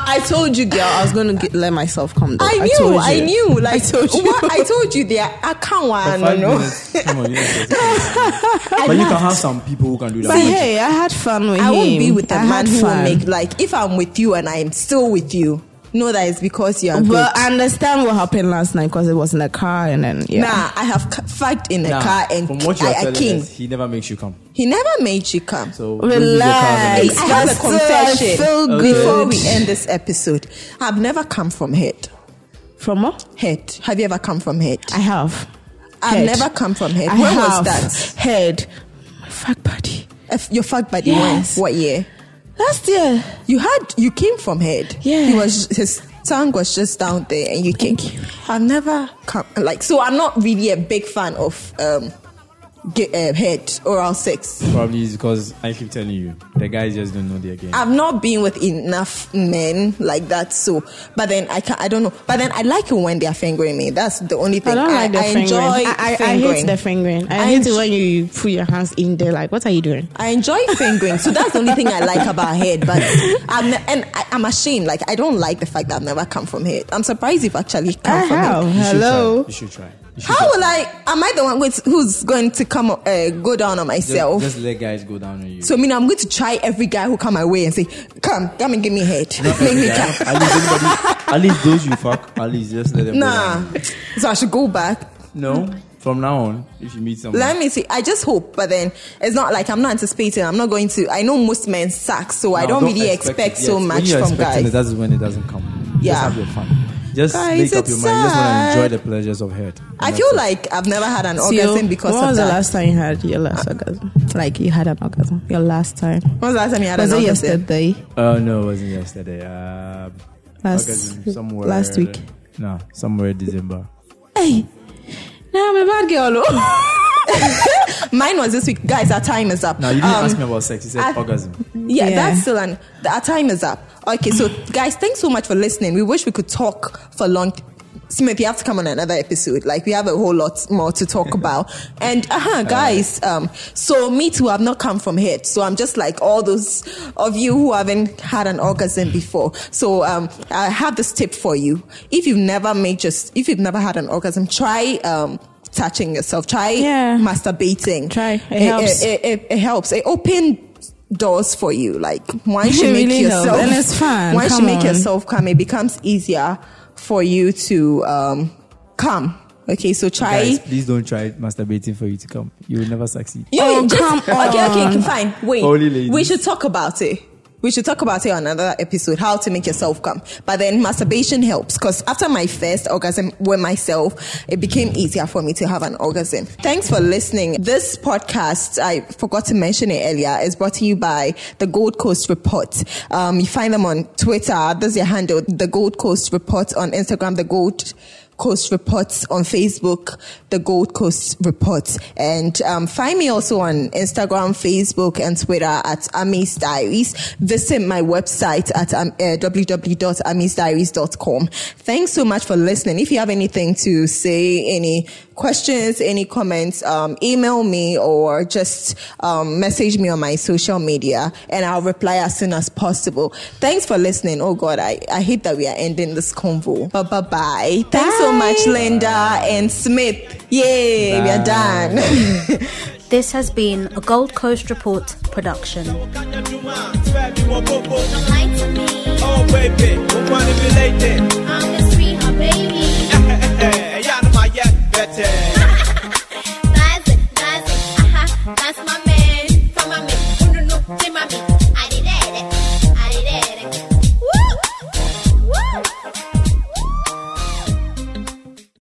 [SPEAKER 2] I told you, girl, I was going to let myself come.
[SPEAKER 1] I knew, I, knew. Like, I told you. What, I told you there, I can't
[SPEAKER 3] For
[SPEAKER 1] want,
[SPEAKER 3] five
[SPEAKER 1] no, no.
[SPEAKER 3] minutes, come on, you don't get it. but you can have some people who can do that.
[SPEAKER 2] But hey, I had fun with him.
[SPEAKER 1] I won't be with a
[SPEAKER 2] I
[SPEAKER 1] man
[SPEAKER 2] had
[SPEAKER 1] who will
[SPEAKER 2] fun.
[SPEAKER 1] make, like, if I'm with you and I'm still with you, know that it's because you're
[SPEAKER 2] Well,
[SPEAKER 1] good.
[SPEAKER 2] I understand what happened last night because it was in the car, and then yeah.
[SPEAKER 1] Nah, I have c- fucked in a
[SPEAKER 3] Now,
[SPEAKER 1] car and
[SPEAKER 3] from what you are
[SPEAKER 1] I, I
[SPEAKER 3] telling
[SPEAKER 1] came.
[SPEAKER 3] us, he never makes you come.
[SPEAKER 1] He never made you come.
[SPEAKER 3] So don't use your car as an
[SPEAKER 1] I
[SPEAKER 2] Relax.
[SPEAKER 3] excuse.
[SPEAKER 1] have a
[SPEAKER 2] That's it.
[SPEAKER 1] confession
[SPEAKER 2] Feel
[SPEAKER 3] Okay.
[SPEAKER 1] before
[SPEAKER 2] good.
[SPEAKER 1] we end this episode. I've never come from head.
[SPEAKER 2] From what?
[SPEAKER 1] Head. Have you ever come from head?
[SPEAKER 2] I have.
[SPEAKER 1] I've
[SPEAKER 2] Head.
[SPEAKER 1] never come from head.
[SPEAKER 2] I
[SPEAKER 1] when
[SPEAKER 2] have
[SPEAKER 1] was
[SPEAKER 2] Head. My fuck buddy.
[SPEAKER 1] that? If your fuck buddy
[SPEAKER 2] Yes.
[SPEAKER 1] when? What year?
[SPEAKER 2] Last year.
[SPEAKER 1] You had you came from head.
[SPEAKER 2] Yeah.
[SPEAKER 1] He was his tongue was just down there and you came. I've never come like so I'm not really a big fan of um ge- uh, head oral sex.
[SPEAKER 3] Probably is because I keep telling you, the guys just don't know their game.
[SPEAKER 1] I've not been with enough men like that, so. But then I can not I don't know. But then I like it when they are fingering me. That's the only
[SPEAKER 2] I
[SPEAKER 1] thing
[SPEAKER 2] don't like the
[SPEAKER 1] I
[SPEAKER 2] fingering.
[SPEAKER 1] enjoy
[SPEAKER 2] I, I, I hate
[SPEAKER 1] fingering.
[SPEAKER 2] the fingering. I,
[SPEAKER 1] I
[SPEAKER 2] hate
[SPEAKER 1] enj-
[SPEAKER 2] it when you put your hands in there. Like, what are you doing?
[SPEAKER 1] I enjoy fingering, so that's the only thing I like about head. But I'm ne- and I, I'm ashamed. Like I don't like the fact that I've never come from head. I'm surprised if actually come
[SPEAKER 2] I
[SPEAKER 1] from head.
[SPEAKER 2] have.
[SPEAKER 3] You should
[SPEAKER 2] Hello.
[SPEAKER 3] try. You should try. You
[SPEAKER 1] How will I? Am I the one with, who's going to come uh, go down on myself?
[SPEAKER 3] Just, just let guys go down on you.
[SPEAKER 1] so, I mean, I'm going to try every guy who come my way and say, "Come, come and give me head, make me
[SPEAKER 3] Yeah,
[SPEAKER 1] come."
[SPEAKER 3] at, least anybody, at least those you fuck, at least just let them go
[SPEAKER 1] Nah.
[SPEAKER 3] down.
[SPEAKER 1] So I should go back.
[SPEAKER 3] No, from now on, if you meet someone,
[SPEAKER 1] Let me see. I just hope, but then it's not like I'm not anticipating. I'm not going to. I know most men suck, so I
[SPEAKER 3] Now,
[SPEAKER 1] don't, really expect,
[SPEAKER 3] it
[SPEAKER 1] so
[SPEAKER 3] yet. When
[SPEAKER 1] much
[SPEAKER 3] you're
[SPEAKER 1] from
[SPEAKER 3] expecting It,
[SPEAKER 1] guys.
[SPEAKER 3] that's when it doesn't come.
[SPEAKER 1] Yeah.
[SPEAKER 3] Just have your fun. Just
[SPEAKER 1] Guys,
[SPEAKER 3] make up
[SPEAKER 1] it's
[SPEAKER 3] your mind. You just want
[SPEAKER 1] sad.
[SPEAKER 3] to enjoy the pleasures of head.
[SPEAKER 1] I
[SPEAKER 3] And
[SPEAKER 1] feel
[SPEAKER 3] that's it. oh,
[SPEAKER 1] like I've never had an
[SPEAKER 5] Tio,
[SPEAKER 1] orgasm because
[SPEAKER 5] when
[SPEAKER 1] of
[SPEAKER 5] was
[SPEAKER 1] that.
[SPEAKER 5] the last time you had your last orgasm? Like you had an orgasm, your last time.
[SPEAKER 1] when was the last time you had
[SPEAKER 5] Was
[SPEAKER 1] an
[SPEAKER 5] it
[SPEAKER 1] orgasm?
[SPEAKER 5] yesterday?
[SPEAKER 3] Oh no, it wasn't yesterday. Uh,
[SPEAKER 5] Last
[SPEAKER 3] orgasm somewhere
[SPEAKER 5] last week.
[SPEAKER 3] No, somewhere December.
[SPEAKER 5] Hey, now I'm a bad girl.
[SPEAKER 2] oh.
[SPEAKER 1] Mine was this week. Guys, our time is up.
[SPEAKER 3] No, you didn't
[SPEAKER 1] Um,
[SPEAKER 3] ask me about sex. You said
[SPEAKER 1] I-
[SPEAKER 3] orgasm.
[SPEAKER 1] Yeah,
[SPEAKER 5] Yeah.
[SPEAKER 1] that's still an. Our time is up. Okay, so guys, thanks so much for listening. We wish we could talk for long. Smith, you have to come on another episode. Like we have a whole lot more to talk about. And uh huh, guys. Um, so me too. I've not come from here. So I'm just like all those of you who haven't had an orgasm before. So um, I have this tip for you. If you've never made just, if you've never had an orgasm, try um touching yourself. Try
[SPEAKER 5] Yeah.
[SPEAKER 1] masturbating.
[SPEAKER 5] Try. It
[SPEAKER 1] It,
[SPEAKER 5] helps.
[SPEAKER 1] it, it, it helps. It opens doors for you. Like once you
[SPEAKER 5] It
[SPEAKER 1] make
[SPEAKER 5] really helps,
[SPEAKER 1] yourself,
[SPEAKER 5] and it's fun.
[SPEAKER 1] Once
[SPEAKER 5] Come
[SPEAKER 1] you make
[SPEAKER 5] on.
[SPEAKER 1] yourself come, it becomes easier for you to um, come. Okay, so try.
[SPEAKER 3] Guys, please don't try masturbating for you to come. You will never succeed.
[SPEAKER 1] You
[SPEAKER 5] Oh,
[SPEAKER 1] just-
[SPEAKER 5] come
[SPEAKER 1] Okay, okay,
[SPEAKER 5] on.
[SPEAKER 1] fine. Wait,
[SPEAKER 3] Only ladies.
[SPEAKER 1] we should talk about it. We should talk about it on another episode, how to make yourself come. But then masturbation helps because after my first orgasm with myself, it became easier for me to have an orgasm. Thanks for listening. This podcast, I forgot to mention it earlier, is brought to you by The Gold Coast Report. Um, you find them on Twitter. This is your handle, The Gold Coast Report on Instagram, The Gold Coast Reports on Facebook, The Gold Coast Reports. And um, find me also on Instagram, Facebook, and Twitter at Amis Diaries. Visit my website at um, uh, www.amisdiaries.com. Thanks so much for listening. If you have anything to say, any questions, any comments, um, email me or just um, message me on my social media and I'll reply as soon as possible. Thanks for listening. Oh God, I, I hate that we are ending this convo. But bye bye. Thanks so much, Linda and Smith. Yay, we are done.
[SPEAKER 6] This has been a Gold Coast Report production.
[SPEAKER 7] Lie to me.
[SPEAKER 8] Oh baby, we wanna be late.
[SPEAKER 7] I'm a sweetheart, baby.
[SPEAKER 8] Hey, y'all know my yet better.
[SPEAKER 7] Uh-huh. That's it, that's it, aha, that's my man. From my man, who no no, my man.